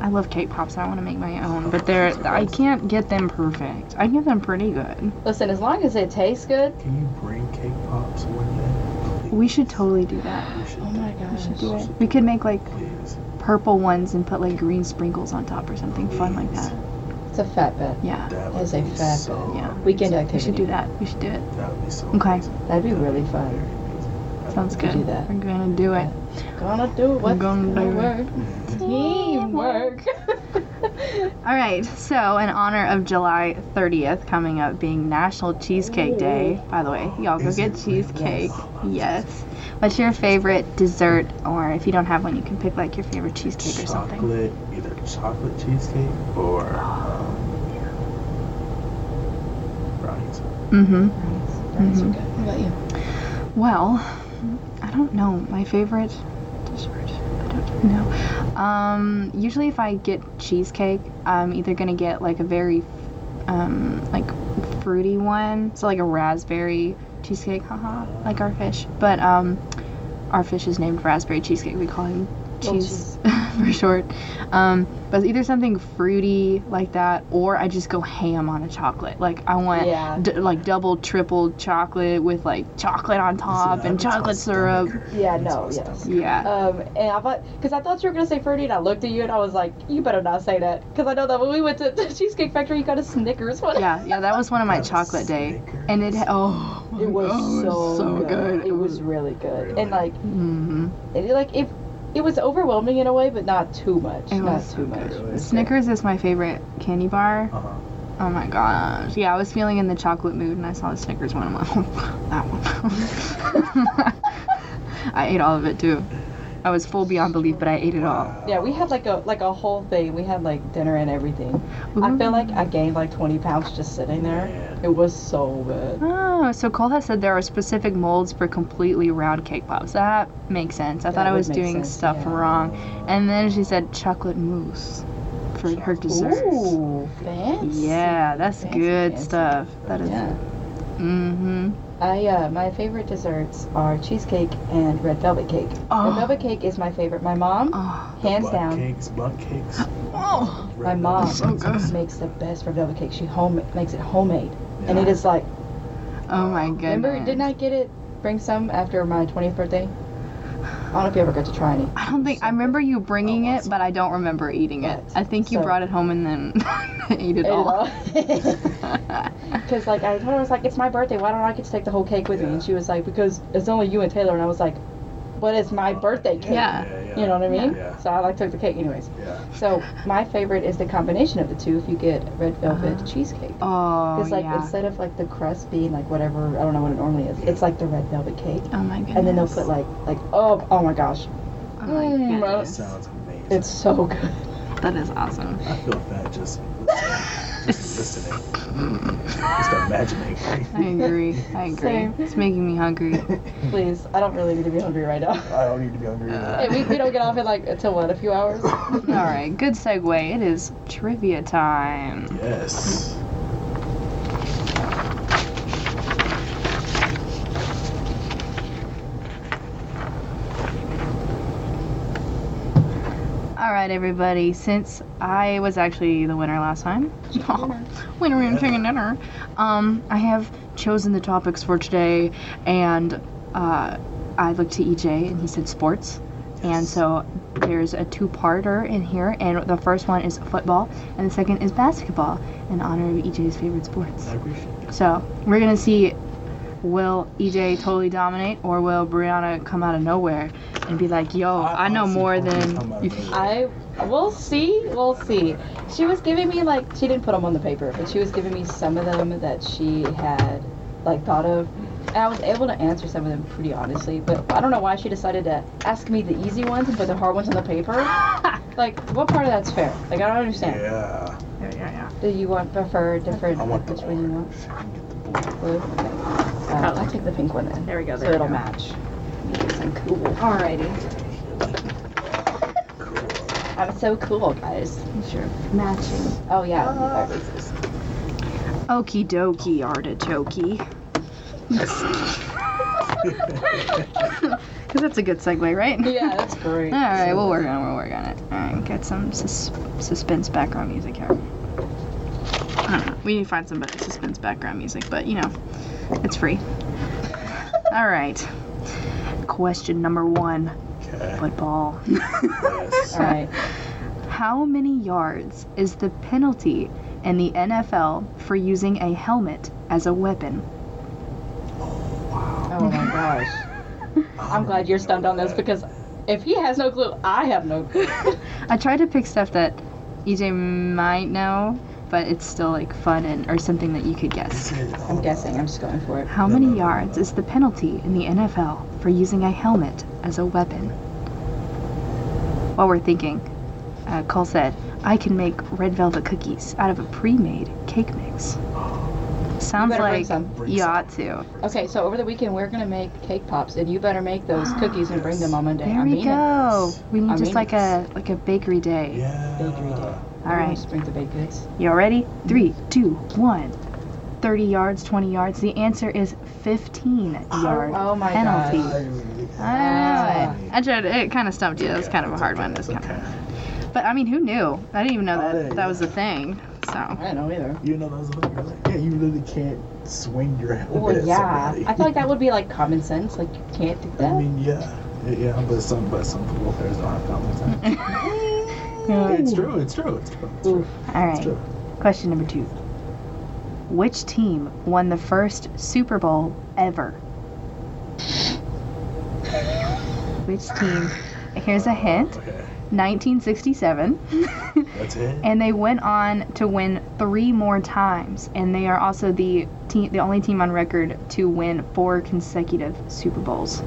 I love cake pops I want to make my own but they're I can't get them perfect I get them pretty good
listen. As long as it tastes good.
Can you bring cake pops one day?
we should totally do that
We should
Oh my gosh!
do it.
we could make like
Please.
purple ones and put like green sprinkles on top or something fun like that
It's a fat bet.
yeah
That
That
would
is a
be
fact.
so
Yeah.
amazing.
Weekend
We
activity.
should do that. We should do it.
That would be so
Okay.
amazing.
That'd be really
Very
fun.
amazing.
Sounds
We could
good.
do that.
We're gonna do it.
Gonna do it. What's
gonna
gonna,
do it.
work? Teamwork.
All right. So, in honor of July 30th coming up being National Cheesecake Day, by the way, y'all go
Is
get
it really?
cheesecake.
Yes.
Yes. What's your favorite dessert, or if you don't have one, you can pick like your favorite cheesecake or something.
Chocolate, either chocolate cheesecake or um, brownies.
Mm-hmm.
Brownies are good. What about you?
Well, I don't know. My favorite dessert. I don't know. Um, usually, if I get cheesecake, I'm either gonna get like a very, um, like fruity one, so like a raspberry cheesecake, haha, like our fish. But um, our fish is named raspberry cheesecake. We call him
Little
cheese for short. Um, but either something fruity like that, or I just go ham on a chocolate. Like I want
Yeah.
d- like double, triple chocolate with like chocolate on top Ah, Uh,
See,
and
that's my
chocolate syrup.
stomach.
Yeah.
That's
No.
my
Yes.
stomach.
Yeah.
Um, and I thought, because I thought you were gonna say fruity, and I looked at you and I was like, you better not say that, because I know that when we went to the Cheesecake Factory, you got a Snickers one.
yeah, yeah, that was one of my
That's
chocolate day.
Snickers.
And it oh, my
It was
God, it
so,
was so good.
It was really good,
Really?
and like,
hmm
it, like if it was overwhelming in a way, but not too much.
It
not
was
too much.
good.
It's
Snickers is my favorite candy bar.
Uh-huh.
Oh my gosh. Yeah, I was feeling in the chocolate mood and I saw the Snickers one. I'm like, oh, that one. I ate all of it too. I was full beyond belief, but I ate it
Uh-huh.
all.
good. Yeah, we had like a like a whole thing. We had like dinner and everything.
Mm-hmm.
I feel like I gained like 20 pounds just sitting there.
Yeah.
It was so good.
Oh, so Cole has said there are specific molds for completely round cake pops. That makes sense. I
That
thought I
would
was
make
doing
sense,
stuff
yeah.
wrong. And then she said chocolate mousse for her
Chocolate
dessert.
Ooh, fancy.
Yeah, that's
Fancy,
good
fancy.
stuff. That is.
Yeah.
Mm-hmm.
I uh, my favorite desserts are cheesecake and red velvet cake.
Oh.
Red velvet cake is my favorite. My mom,
Oh.
The
hands
butt
down,
Cakes, butt cakes.
oh.
my
red
mom
velvet
so good.
makes the best red velvet cake. She home makes it homemade, and
Yeah.
it is like.
Oh my goodness.
Remember, didn't I get it? Bring some after my 20th birthday. I don't know if you ever got to try any.
I don't think I remember you bringing it, but I don't remember eating it.
But,
I think you
so-
brought it home and then I ate it all.
Because like I told her, I was like, it's my birthday. Why don't I get to take the whole cake with me?
Yeah.
And she was like, because it's only you and Taylor. And I was like, but it's my birthday cake.
Yeah.
You know what I mean?
Yeah.
So I like took the cake anyways.
Yeah.
So my favorite is the combination of the two. If you get red velvet cheesecake,
Uh-huh. Oh
it's like
yeah.
instead of like the crust being like whatever I don't know what it normally is, it's like the red velvet cake,
oh my goodness.
and then they'll put like like oh oh my gosh,
Oh my
Mm,
That
goodness.
sounds amazing.
it's so good.
That is awesome.
I feel fat just. just listening. Just imagining.
I agree. I agree.
Same.
It's making me hungry.
Please, I don't really need to be hungry right now.
I don't need to be hungry.
Hey, we, we don't get off in like until what, a few hours?
All right, good segue. It is trivia time.
Yes.
All right, everybody. Since I was actually the winner last time, winner and chicken dinner, um, I have chosen the topics for today, and uh, I looked to EJ and he said sports, and
Yes.
so there's a two-parter in here, and the first one is football, and the second is basketball, in honor of EJ's favorite sports.
I appreciate it.
So we're gonna see will EJ totally dominate or will Brianna come out of nowhere and be like, yo, I, know
honestly
more
don't
than
come out
you
of nowhere.
I we'll see, we'll see. She was giving me like she didn't put them on the paper, but she was giving me some of them that she had like thought of. And I was able to answer some of them pretty honestly, but I don't know why she decided to ask me the easy ones and put the hard ones on the paper.
yeah,
Like, what part of that's fair? Like, I don't understand.
Yeah.
yeah, yeah.
Do you want prefer different?
I want the
which one you want?
orange. I can get the blue.
Blue. Okay. Uh, I'll take the pink one then.
There we go,
So
there we
it'll
go.
match. I'm cool.
Alrighty.
Cool.
I'm so cool, guys.
Sure. Matching.
Oh yeah. that
Uh,
racist.
Okie dokie artichokey. Because that's a good segue, right?
Yeah, that's great.
All right, we'll work on it. We'll work on it. All right, get some sus- suspense background music here. I don't know. We need to find some better suspense background music, but you know, it's free. All right. Question number one:
Okay.
football.
Yes.
All right.
How many yards is the penalty in the NFL for using a helmet as a weapon?
Oh my gosh. I'm glad you're stunned on this because if he has no clue, I have no clue.
I tried to pick stuff that EJ might know, but it's still like fun and or something that you could guess.
I'm guessing. I'm just going for it.
How many yards is the penalty in the NFL for using a helmet as a weapon? While we're thinking, uh, Cole said, I can make red velvet cookies out of a pre made cake mix. Sounds
better bring
like
some.
Bring
you
some.
ought to.
Okay, so over the weekend we're gonna make cake pops, and you better make those cookies and bring them on Monday.
There
I
we
mean
go.
It.
We need
I
just
mean
like a like a bakery day.
Bakery day.
Yeah.
All right.
Just bring the baked goods.
Y'all ready? Three, two, one. 30 yards, 20 yards. The answer is 15 yard
oh my
penalty. I
gosh. Ah.
know it. I tried, it kind of stumped you. That was kind of a hard one. That's
It's
kind of,
okay.
but I mean, who knew? I didn't even know
I
that
didn't
that was a thing. So
I don't know either.
You know those little girls? Yeah, you really can't swing your head.
Well, yeah. I feel like that would be like common sense. Like you can't do
I
that.
mean, yeah. Yeah, Yeah, but some but some football players don't have common sense. It's true, it's true, it's true. It's true.
Oof.
all
It's
right.
true.
Question number two. Which team won the first Super Bowl ever? Which team? Here's a hint.
Okay.
1967.
That's it.
and they went on to win three more times, and they are also the team, the only team on record to win four consecutive Super Bowls.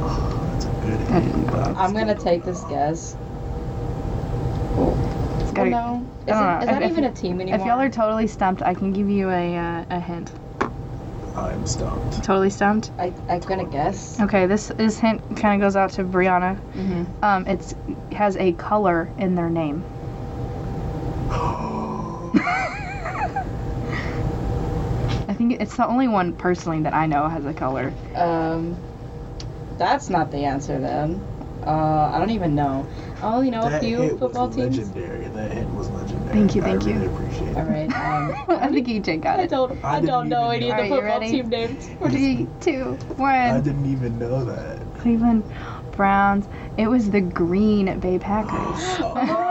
Oh, that's a good
That
hit,
didn't
but I'm
I'm
still
gonna
not-
take this guess.
It's
Oh
gotta-
no. Is, it,
I don't
is
know.
that
If-
even a team anymore?
If y'all are totally stumped, I can give you a uh, a hint.
I'm stumped.
Totally stumped.
I, I'm gonna guess.
Okay, this this hint kind of goes out to Brianna.
Mm-hmm.
Um, it's has a color in their name. I think it's the only one personally that I know has a color.
Um, that's not the answer then. Uh, I don't even know. I only know a
that
few
hit
football
was
teams.
legendary. That hit was legendary.
Thank you, thank
I really
you.
appreciate it.
All right. Um,
I think EJ got
I
it.
don't.
I
I don't
didn't
know
even
any of
know.
the
Are you
football
ready?
team names. We're just-
Three, two,
I
one.
didn't even know that.
Cleveland Browns. It was the Green Bay Packers.
Oh!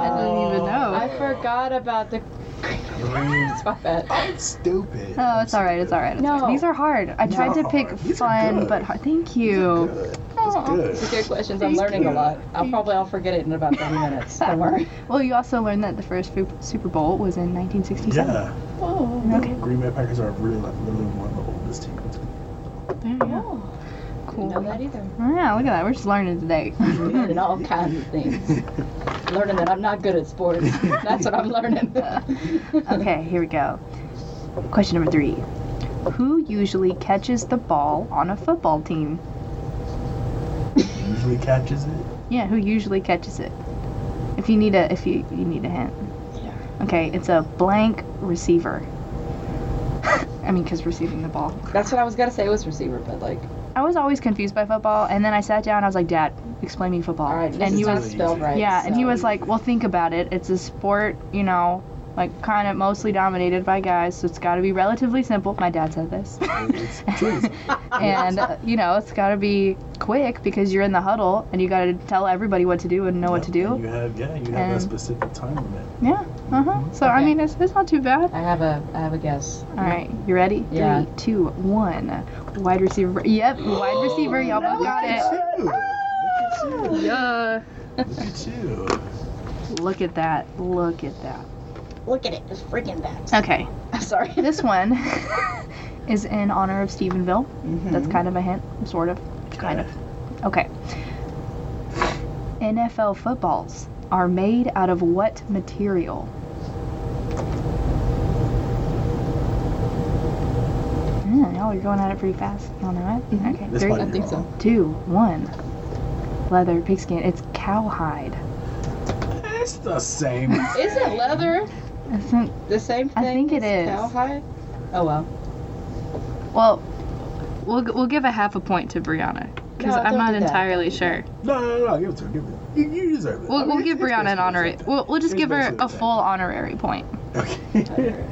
I didn't even know.
I forgot about the. It's my bad.
I'm stupid.
Oh, it's all right. It's all right. It's
No.
all right. These are hard. I
These
tried
are
to pick
hard. These are
fun,
good.
but hard. Thank
It's
you. Oh.
good.
Aw.
These are
It's good.
good questions. I'm
Thank
learning a
you.
lot. I'll probably I'll forget it in about 30 minutes. Don't worry.
Well, you also learned that the first fu- Super Bowl was in 1967.
Yeah.
Okay.
Green Bay Packers are really, like, literally one of the oldest teams.
There you go.
Oh,
Cool. Oh,
know that either.
Yeah, look at that. We're just learning today.
Learning all kinds of things. learning that I'm not good at sports. That's what I'm learning.
Okay, here we go. Question number three. Who usually catches the ball on a football team?
Usually catches it.
Yeah, who usually catches it? If you need a if you, you need a hint. Okay, it's a blank receiver. I mean, because receiving the ball.
That's what I was gonna say was receiver, but like,
I was always confused by football, and then I sat down. I was like, Dad, explain me football.
all right, this
and
is
he
not
was,
spelled right.
yeah, and he
so-
was like, Well, think about it. It's a sport, you know, like kind of mostly dominated by guys, so it's got to be relatively simple. My dad said this.
It's true.
and uh, you know it's got to be quick because you're in the huddle and you got to tell everybody what to do and know what to
You
do
have yeah, you have
And-
a specific time limit.
yeah uh-huh so i
Okay.
mean it's, it's not too bad
I have a, I have a guess.
all right you ready
Yeah.
three two one wide receiver yep wide receiver y'all both got it
Look at you. Look at you.
yeah
Look at you.
look at that look at that
Look at it, it's freaking fast.
okay
Sorry.
this one is in honor of stephenville that's
Mm-hmm.
Mhm.
kind of a hint sort of kind of Okay. NFL footballs are made out of what material? Mm, y'all are going at it pretty fast. Y'all know it?
Mhm.
Okay.
This
three,
might be
I think so.
wrong.
two, one. Leather, pigskin. It's cowhide.
It's the same.
Is it leather?
Isn't,
The same
I
thing?
think it
as
is.
Cowhide? Oh well.
well, we'll we'll give a half a point to Brianna because
No,
I'm
don't
not
do that.
entirely sure.
No, no, no, no, give it to her. Give it. You, you deserve it.
We'll,
I mean,
we'll
it's-
give
it's
Brianna an
basically
honorary.
the same
We'll, we'll just
It's
give her
basically the
a
same
full honorary point.
thing. Okay.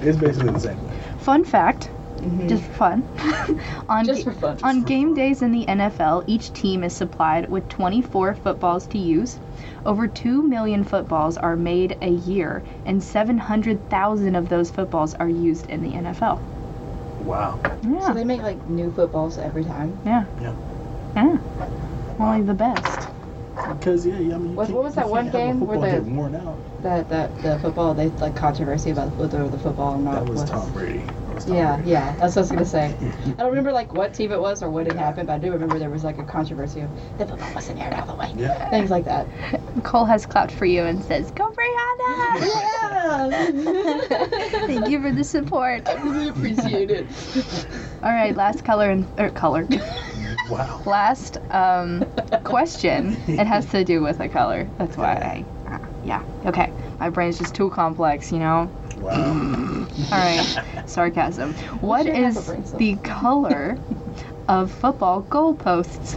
it's basically the same. thing.
Fun fact,
Mm-hmm.
Mhm.
just for fun. on
Just for fun.
On game days in the NFL, each team is supplied with 24 footballs to use. Over 2 million footballs are made a year, and 700,000 of those footballs are used in the NFL.
Wow.
So they make like new footballs every time.
only the best.
Because yeah, yeah, I mean, you
What-
can't-
what was
you
that one
can't have a
game where
football
the-
get worn out?
That that the football they like controversy about the whether the football or not.
Uh,
That was Tom Brady. That was Tom
Yeah,
Brady.
yeah, that's what I was gonna say. I don't remember like what team it was or when it happened, but I do remember there was like a controversy of the football wasn't aired all the way.
Yeah.
Things like that.
Cole has clapped for you and says, Go Brianna!
Yeah.
Thank you for the support.
I really appreciate it.
All right, last color and or color.
Wow.
Last um, question. It has to do with a color. That's why I. Uh, yeah. Okay. My brain's just too complex, you know.
Wow.
All right, sarcasm. What
should have
is
a brain cell.
the color of football goalposts?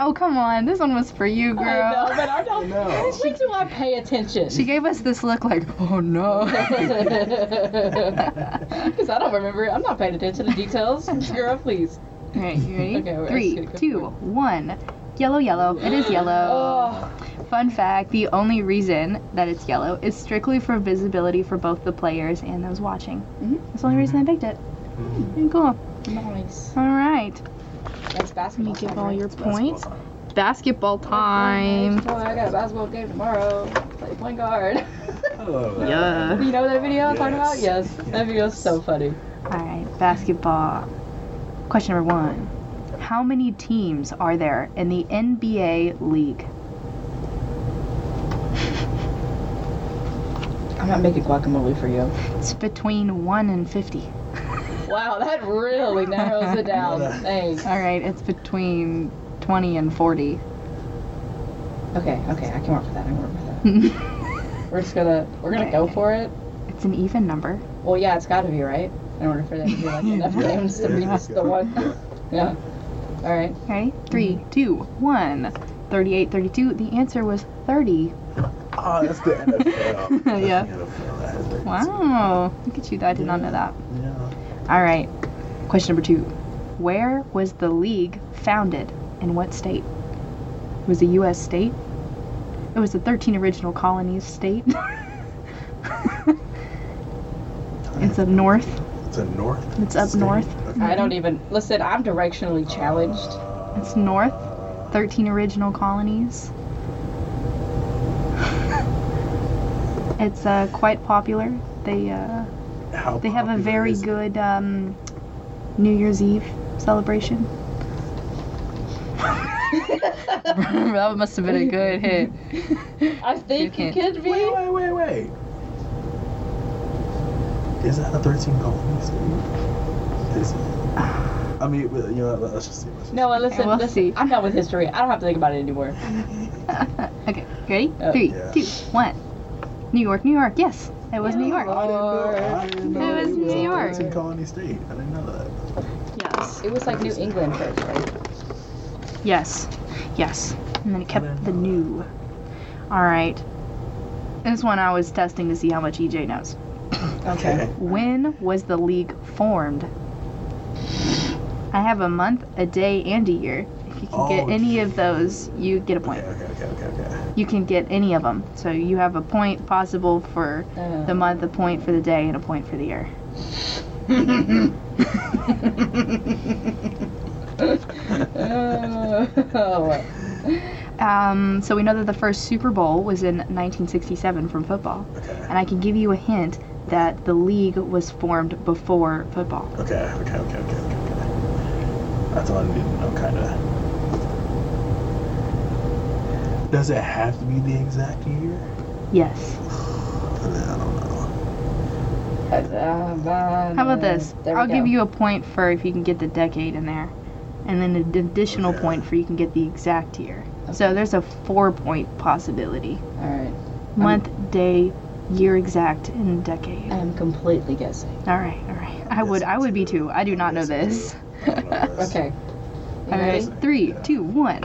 Oh, come on. This one was for you,
I know,
girl.
but I don't.
No.
When do I pay attention?
She gave us this look like, oh no.
Because I don't remember. it. I'm not paying attention to details. Girl, please.
All right, you ready?
Okay, we're
Three,
actually-
two, one. Yellow, yellow. It is yellow.
Oh,
Fun fact the only reason that it's yellow is strictly for visibility for both the players and those watching.
Mhm.
That's the only reason I picked it.
Mhm.
Cool.
nice.
All right.
That's
Let
basketball.
me get
time,
all
right?
your
That's well
points.
done.
Basketball time.
Boy, I got a basketball game tomorrow. Play point guard.
Oh, that-
Yeah.
you know that video I'm talking about? Yes.
Yes.
That video's so funny.
Alright, basketball. Question number one. How many teams are there in the NBA league?
I'm not making guacamole for you.
It's between 1 and 50.
Wow, that really narrows it down.
Yeah.
Thanks.
Alright, it's between 20 and 40.
Okay, okay, I can work with that. I can work with that.
it's
We're just gonna we're gonna go for it.
an even number.
Well, yeah, it's got to be right in order for them to be like enough
Yeah.
games to be
Yeah.
just the one. Yeah. All right.
Ready? Three, two, one. 38, 32. The answer was 30.
Oh, that's the NFL. That's
Yeah.
The NFL. That has been-
Wow. Look at you. I did not know that.
Yeah.
Alright, question number two. Where was the league founded? In what state? It was a U.S. state? It was the 13 original colonies state? it's up north.
It's a north.
It's up
state.
north.
Okay.
I
Mm-hmm.
don't even listen. I'm directionally challenged.
It's north.
Uh,
13 original colonies. It's uh, quite popular. They uh,
How
they have a
popular
very
is it?
good um, New Year's Eve celebration. that must have been a good hit.
I think
can't-
it could be.
Wait, wait, wait, wait. Is that a 13 colonies? Is it? I mean, well, you know, what, let's just see. Let's just
No, well, listen,
We'll
listen.
see.
I'm done with history. I don't have to think about it anymore.
okay, ready?
Oh,
Three,
yeah.
two, one. New York, New York. Yes, it was New
see.
York.
I didn't know. I didn't know
It was
a
New York.
13 colony state. I didn't know that.
Yes,
It was like New England first, right?
yes, yes. And then it kept the new. All right. This one I was testing to see how much EJ knows.
Okay.
When was the league formed? I have a month, a day, and a year. If you can
Oh,
get any of those, you get a
Okay,
point.
okay, okay, okay, okay.
You can get any of them. So you have a point possible for
Uh,
the month, a point for the day, and a point for the year.
Uh, oh,
Um, so we know that the first Super Bowl was in 1967 from football.
Okay,
And I can give you a hint that the league was formed before football.
okay, okay, okay, okay, okay, okay. That's all I need to know, kind of. Does it have to be the exact year?
Yes.
I don't know.
How
How
Mm,
about this? I'll give you a point for if you can get the decade in there, and then an additional
Okay.
point for you can get the exact year. So there's a four point possibility
All right.
month, day, year exact, and decade.
I am completely guessing.
All right, all right. I would, I would be too. I do not know this.
I don't know this.
Okay. You
All right,
ready?
three, two, one.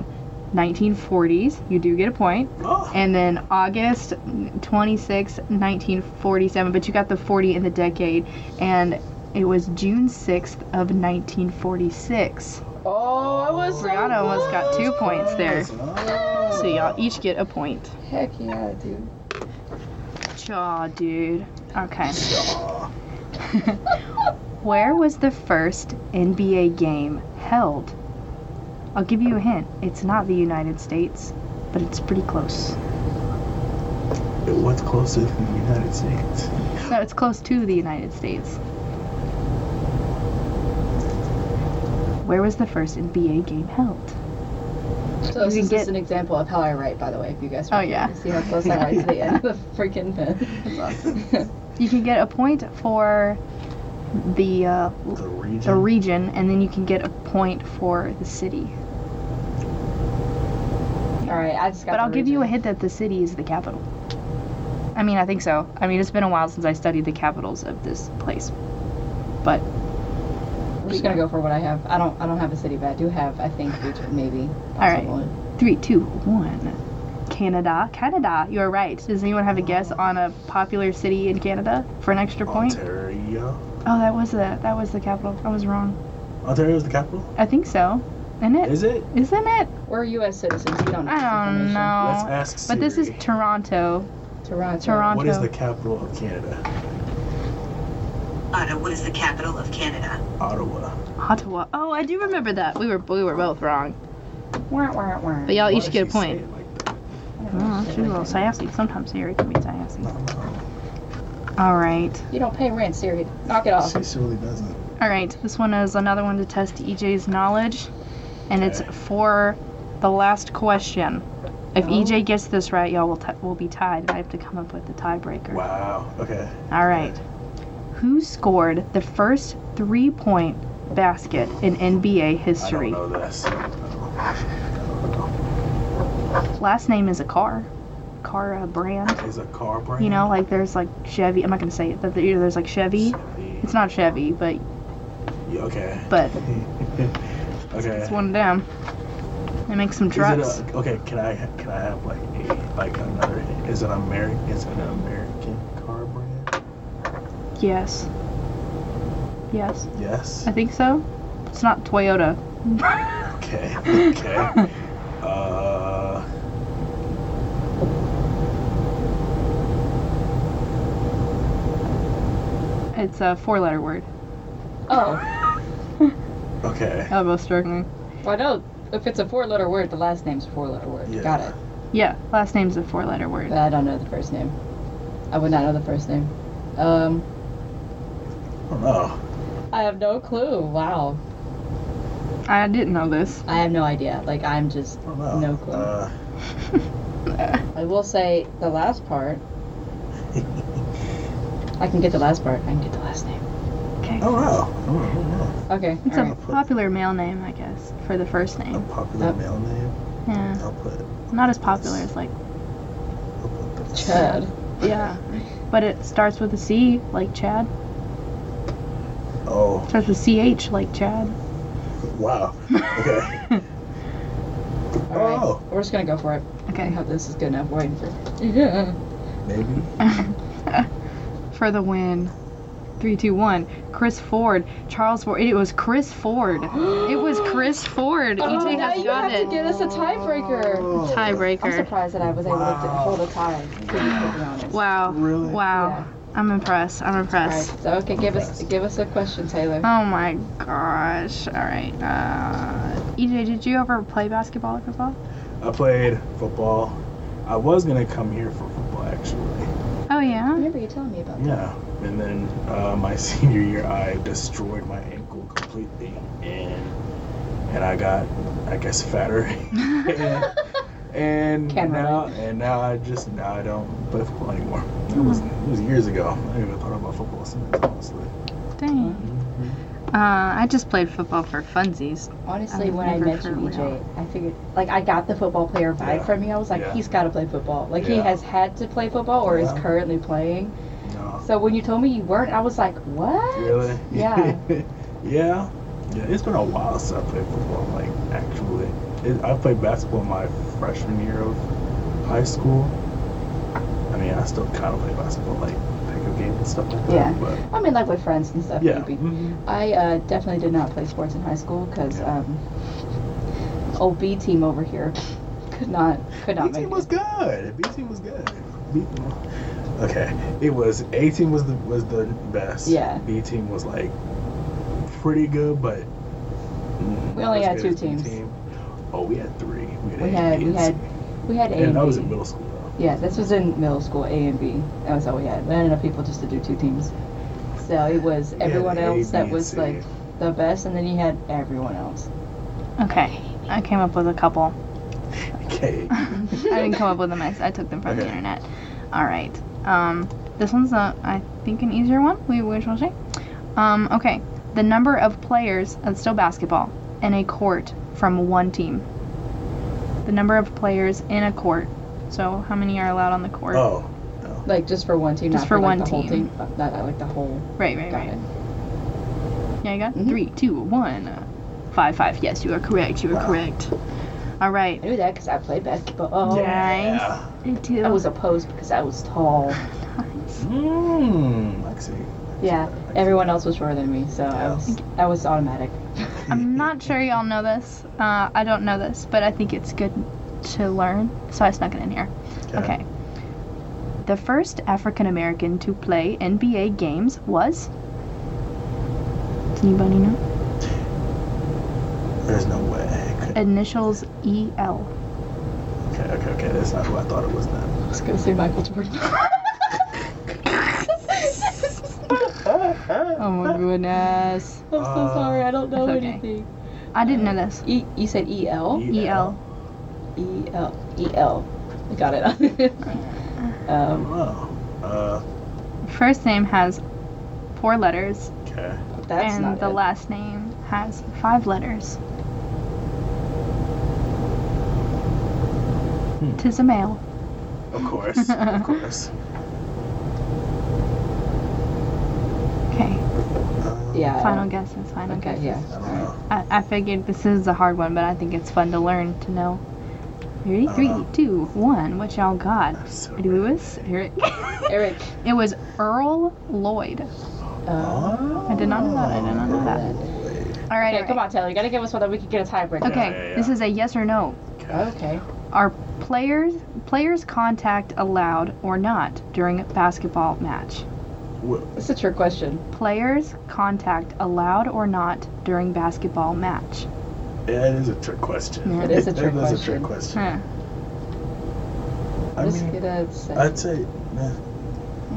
1940s, you do get a point.
Oh,
And then August 26, 1947, but you got the 40 in the decade. And it was June 6th of 1946.
Oh, I was so
Brianna almost got two
close.
points there.
oh.
So y'all each get a point.
Heck yeah, dude.
Chaw, dude. Okay.
Aw.
Where was the first NBA game held? I'll give you a hint. It's not the United States, but it's pretty close.
It was closer than the United States.
No, it's close to the United States. Where was the first NBA game held?
So this
You
is
can
just
get-
an example of how I write, by the way, if you guys
Oh,
want
yeah.
to see how close I write to the end of the freaking pen. That's awesome.
You can get a point for the uh,
The region.
the region, and then you can get a point for the city.
All right, I just got
But
the
I'll give you a
region.
hint that the city is the capital. I mean, I think so. I mean, it's been a while since I studied the capitals of this place. But
I'm just gonna go for what I have. I don't I don't have a city, but I do have I think region maybe.
right.
possible.
three, two, one. Canada, Canada. You're right. Does anyone have a guess on a popular city in Canada for an extra point?
Ontario.
Oh, that was the that was the capital. I was wrong.
Ontario is the capital?
I think so. Isn't it?
Is it?
Isn't it?
We're U.S. citizens. You don't. Know
I
this
don't
information.
know.
Let's ask Siri.
But this is Toronto.
Toronto.
Toronto.
What is the capital of Canada?
Ottawa is the capital of Canada.
Ottawa.
Ottawa. Oh, I do remember that. We were we were both wrong.
Wah, wah, wah.
But y'all
Why
each
does
get a
she
point.
say it like that?
Oh, she's a little sassy. Sometimes Siri can be sassy.
I don't know.
All right.
You don't pay rent, Siri. Knock
Oh.
it off.
She surely doesn't.
All right. This one is another one to test EJ's knowledge, and it's
Okay.
for the last question. If
Oh.
EJ gets this right, y'all will t- will be tied, and I have to come up with the tiebreaker.
Wow. Okay.
All right. Who scored the first three-point basket in NBA
I don't
history?
know this. I don't know. I
Last name is a car, car uh, brand.
don't know. Is a car brand?
You know, like there's like Chevy. I'm not gonna say it, but there- there's like Chevy.
Chevy.
It's not Chevy, but
Yeah, okay.
but
okay.
it's one of them. They make some
Is
trucks.
it a, okay? Can I can I have like a like another? Is it American? Is it an American car brand?
yes. Yes,
Yes.
I think so. It's not Toyota.
Okay. Okay. uh.
It's a four-letter word.
Oh,
Okay.
I'm most struggling.
well, no. If it's a four-letter word, the last name's a four-letter word.
Yeah.
Got it.
Yeah, last name's a four-letter word.
But I don't know the first name. I would not know the first name. Um,
I don't know.
I have no clue. Wow.
I didn't know this.
I have no idea. Like I'm just
I don't know.
no clue.
Uh,
I will say the last part. I can get the last part. I can get the last name.
Okay.
I don't know. I don't know. Oh, I don't know. Oh.
Okay.
It's
all
a
right.
popular male name, I guess, for the first
A
name.
popular
Yep. Mm.
male name.
Yeah.
I'll put.
Not as popular as like
I'll put the
Chad.
yeah, but it starts with a C, like Chad.
Oh
Starts with C H, like Chad.
wow. Okay.
All right.
Oh.
We're just gonna go for it. I
Okay.
hope this is good enough. Waiting for. Yeah.
Maybe.
for the win. Three, two, one. Chris Ford. Charles Ford. It was Chris Ford. it was Chris Ford.
Oh,
EJ
now
has
you
got
have
it.
to get us a tiebreaker.
Oh,
I'm
Tiebreaker.
surprised that I was able to
Wow.
hold a tie. To be perfectly honest.
Wow.
Really?
Wow. I'm impressed. I'm
All right.
impressed.
So okay, give us give us a question, Taylor.
Oh my gosh. All right. Uh, EJ, did you ever play basketball or football?
I played football. I was gonna come here for football actually.
Oh,
I
yeah.
remember you telling me about that.
Yeah. And then uh, my senior year, I destroyed my ankle completely, and and I got, I guess, fatter. and and
Can
now
relate.
and now I just now I don't play football anymore. It was it was years ago. I didn't even thought about football since honestly.
Dang. Uh, I just played football for funsies.
Honestly,
I've
when I
never
mentioned
heard of
EJ, I figured like I got the football player vibe
Yeah.
from you. I was like,
Yeah.
he's got to play football. Like he
Yeah.
has had to play football or
Yeah.
is currently playing.
No.
So when you told me you weren't, I was like, what?
Really?
Yeah.
yeah. Yeah. It's been a while since I played football. Like actually, it, I played basketball my freshman year of high school. I mean, I still kind of play basketball, like pickup game and stuff like that.
Yeah.
But
I mean, like with friends and stuff.
yeah.
maybe.
mhm.
I uh, definitely did not play sports in high school because
Yeah.
um, old B team over here could not could not
B team
make
was
it.
good. B team was good. B- okay, it was A team was the was the best.
Yeah.
B team was like pretty good, but mm,
We
not
only
as
had
good
two
as
teams.
B team. Oh, we had three.
We
A,
had-
B,
we
and
had
C.
We had A
And
and
I was
B.
in middle school though.
Yeah, this was in middle school, A and B. That was all we had. We had enough people just to do two teams. So it was
We had
everyone
A,
else
B,
that
and
was
C.
like the best, and then you had everyone else.
Okay. I came up with a couple.
Okay.
I didn't come up with them. I, I took them from the
Okay.
internet. All right. Um, this one's a, I think an easier one. We we shall see. Um, okay. The number of players that's still basketball in a court from one team. The number of players in a court. So how many are allowed on the court?
Oh,
Like just for one team,
Just
not
for
for,
one
like, the whole
team.
team. Not, not, like the whole.
right, right,
Got
right.
it.
Yeah, you got
Mm-hmm.
Mhm.
three, two, one, five, five. Yes, you are correct. You are
Wow.
correct. All right.
I knew that because I played basketball. Oh,
Nice.
yeah.
I do.
I was opposed because I was tall.
Mmm. I see.
Yeah, everyone else was shorter than me, so I was I was automatic.
I'm not sure y'all know this. Uh, I don't know this, but I think it's good to learn, so I snuck it in here. Okay. The first African American to play NBA games was. Does anybody know?
There's no way. Okay,
Initials E L.
okay, okay. okay. That's not who I thought it was. Then.
I was gonna say Michael Jordan.
Oh my goodness.
I'm so
Uh,
sorry, I don't know
That's okay.
anything.
I didn't know this.
E, you said E L
E L.
E L E L. Got it.
I
um,
don't know. Uh.
First name has four letters,
Okay.
that's
and
not
the
it.
last name has five letters.
Hmm.
Tis a male.
Of course. of course.
Okay.
Uh,
Yeah.
Final guesses. Final
Okay.
guesses.
Yeah.
I don't know.
I, I figured this is a hard one, but I think it's fun to learn to know. Ready?
Uh,
Three,
Uh-huh.
two, one. What y'all got?
I'm so
Lewis? Eric?
Eric.
it was Earl Lloyd.
Uh,
I did not know that. I did not know that. All right.
okay,
all
come
right.
on, Taylor. You gotta give us one that we can get a tiebreaker.
Okay,
Yeah, yeah,
this
yeah.
is a yes or no.
Okay.
Are players players contact allowed or not during a basketball match?
It's a trick question.
Players contact allowed or not during basketball match?
That is a trick question.
Yeah.
It is a trick
That is a trick
question.
question.
Huh.
I
Let's
mean,
get a set.
I'd say, nah,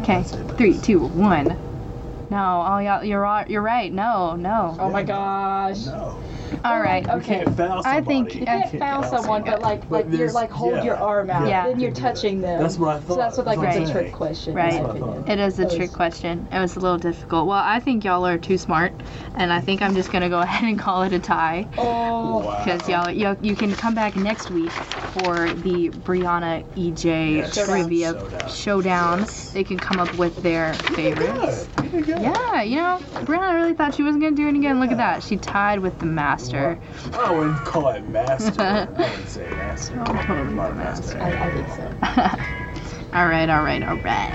Okay,
I'd say that.
three, two, one. No, oh y'all, you're all, you're right. No, no.
oh my gosh.
No.
All right.
You
Okay.
can't foul
I
somebody.
think-
You
You can't foul someone, but like like you're
there's-
like hold
yeah,
your arm out,
yeah.
then you're touching them.
That's what I thought.
So that's what like
That's what
it's a
I'm
trick
saying.
question.
Right.
In
That's
my
what I
opinion.
thought.
It is a
That was-
trick question. It was a little difficult. Well, I think y'all are too smart, and I think I'm just gonna go ahead and call it a tie
Oh.
Wow.
because y'all, y'all you can come back next week for the Brianna EJ
Yes.
Showdown.
trivia
Showdown.
showdown.
Yes.
They can come up with their
You did
favorites.
good. You did good.
Yeah, you know, Brianna really thought she wasn't gonna do it again. Look at that. She tied with the master.
I wouldn't call it master. I wouldn't say master.
I'm totally
I'm not a
the
master.
I, I think so.
All right, all right, all right.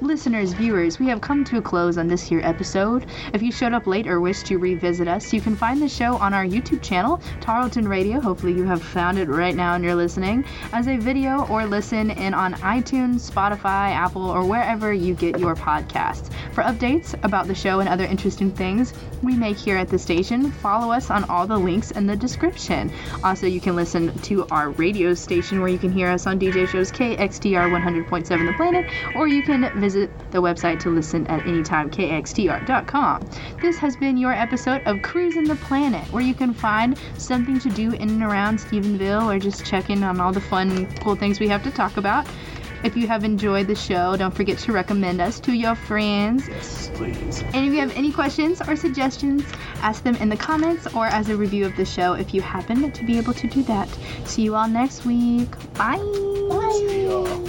Listeners, viewers, we have come to a close on this here episode. If you showed up late or wish to revisit us, you can find the show on our YouTube channel, Tarleton Radio. Hopefully, you have found it right now and you're listening as a video or listen in on iTunes, Spotify, Apple, or wherever you get your podcasts. For updates about the show and other interesting things we make here at the station, follow us on all the links in the description. Also, you can listen to our radio station where you can hear us on DJ shows KXDR 100.7 The Planet, or you can visit the website to listen at any time, kxdr.com. This has been your episode of Cruising the Planet, where you can find something to do in and around Stephenville or just check in on all the fun, cool things we have to talk about. If you have enjoyed the show, don't forget to recommend us to your friends.
Yes, please.
And if you have any questions or suggestions, ask them in the comments or as a review of the show if you happen to be able to do that. See you all next week. Bye.
See y'all.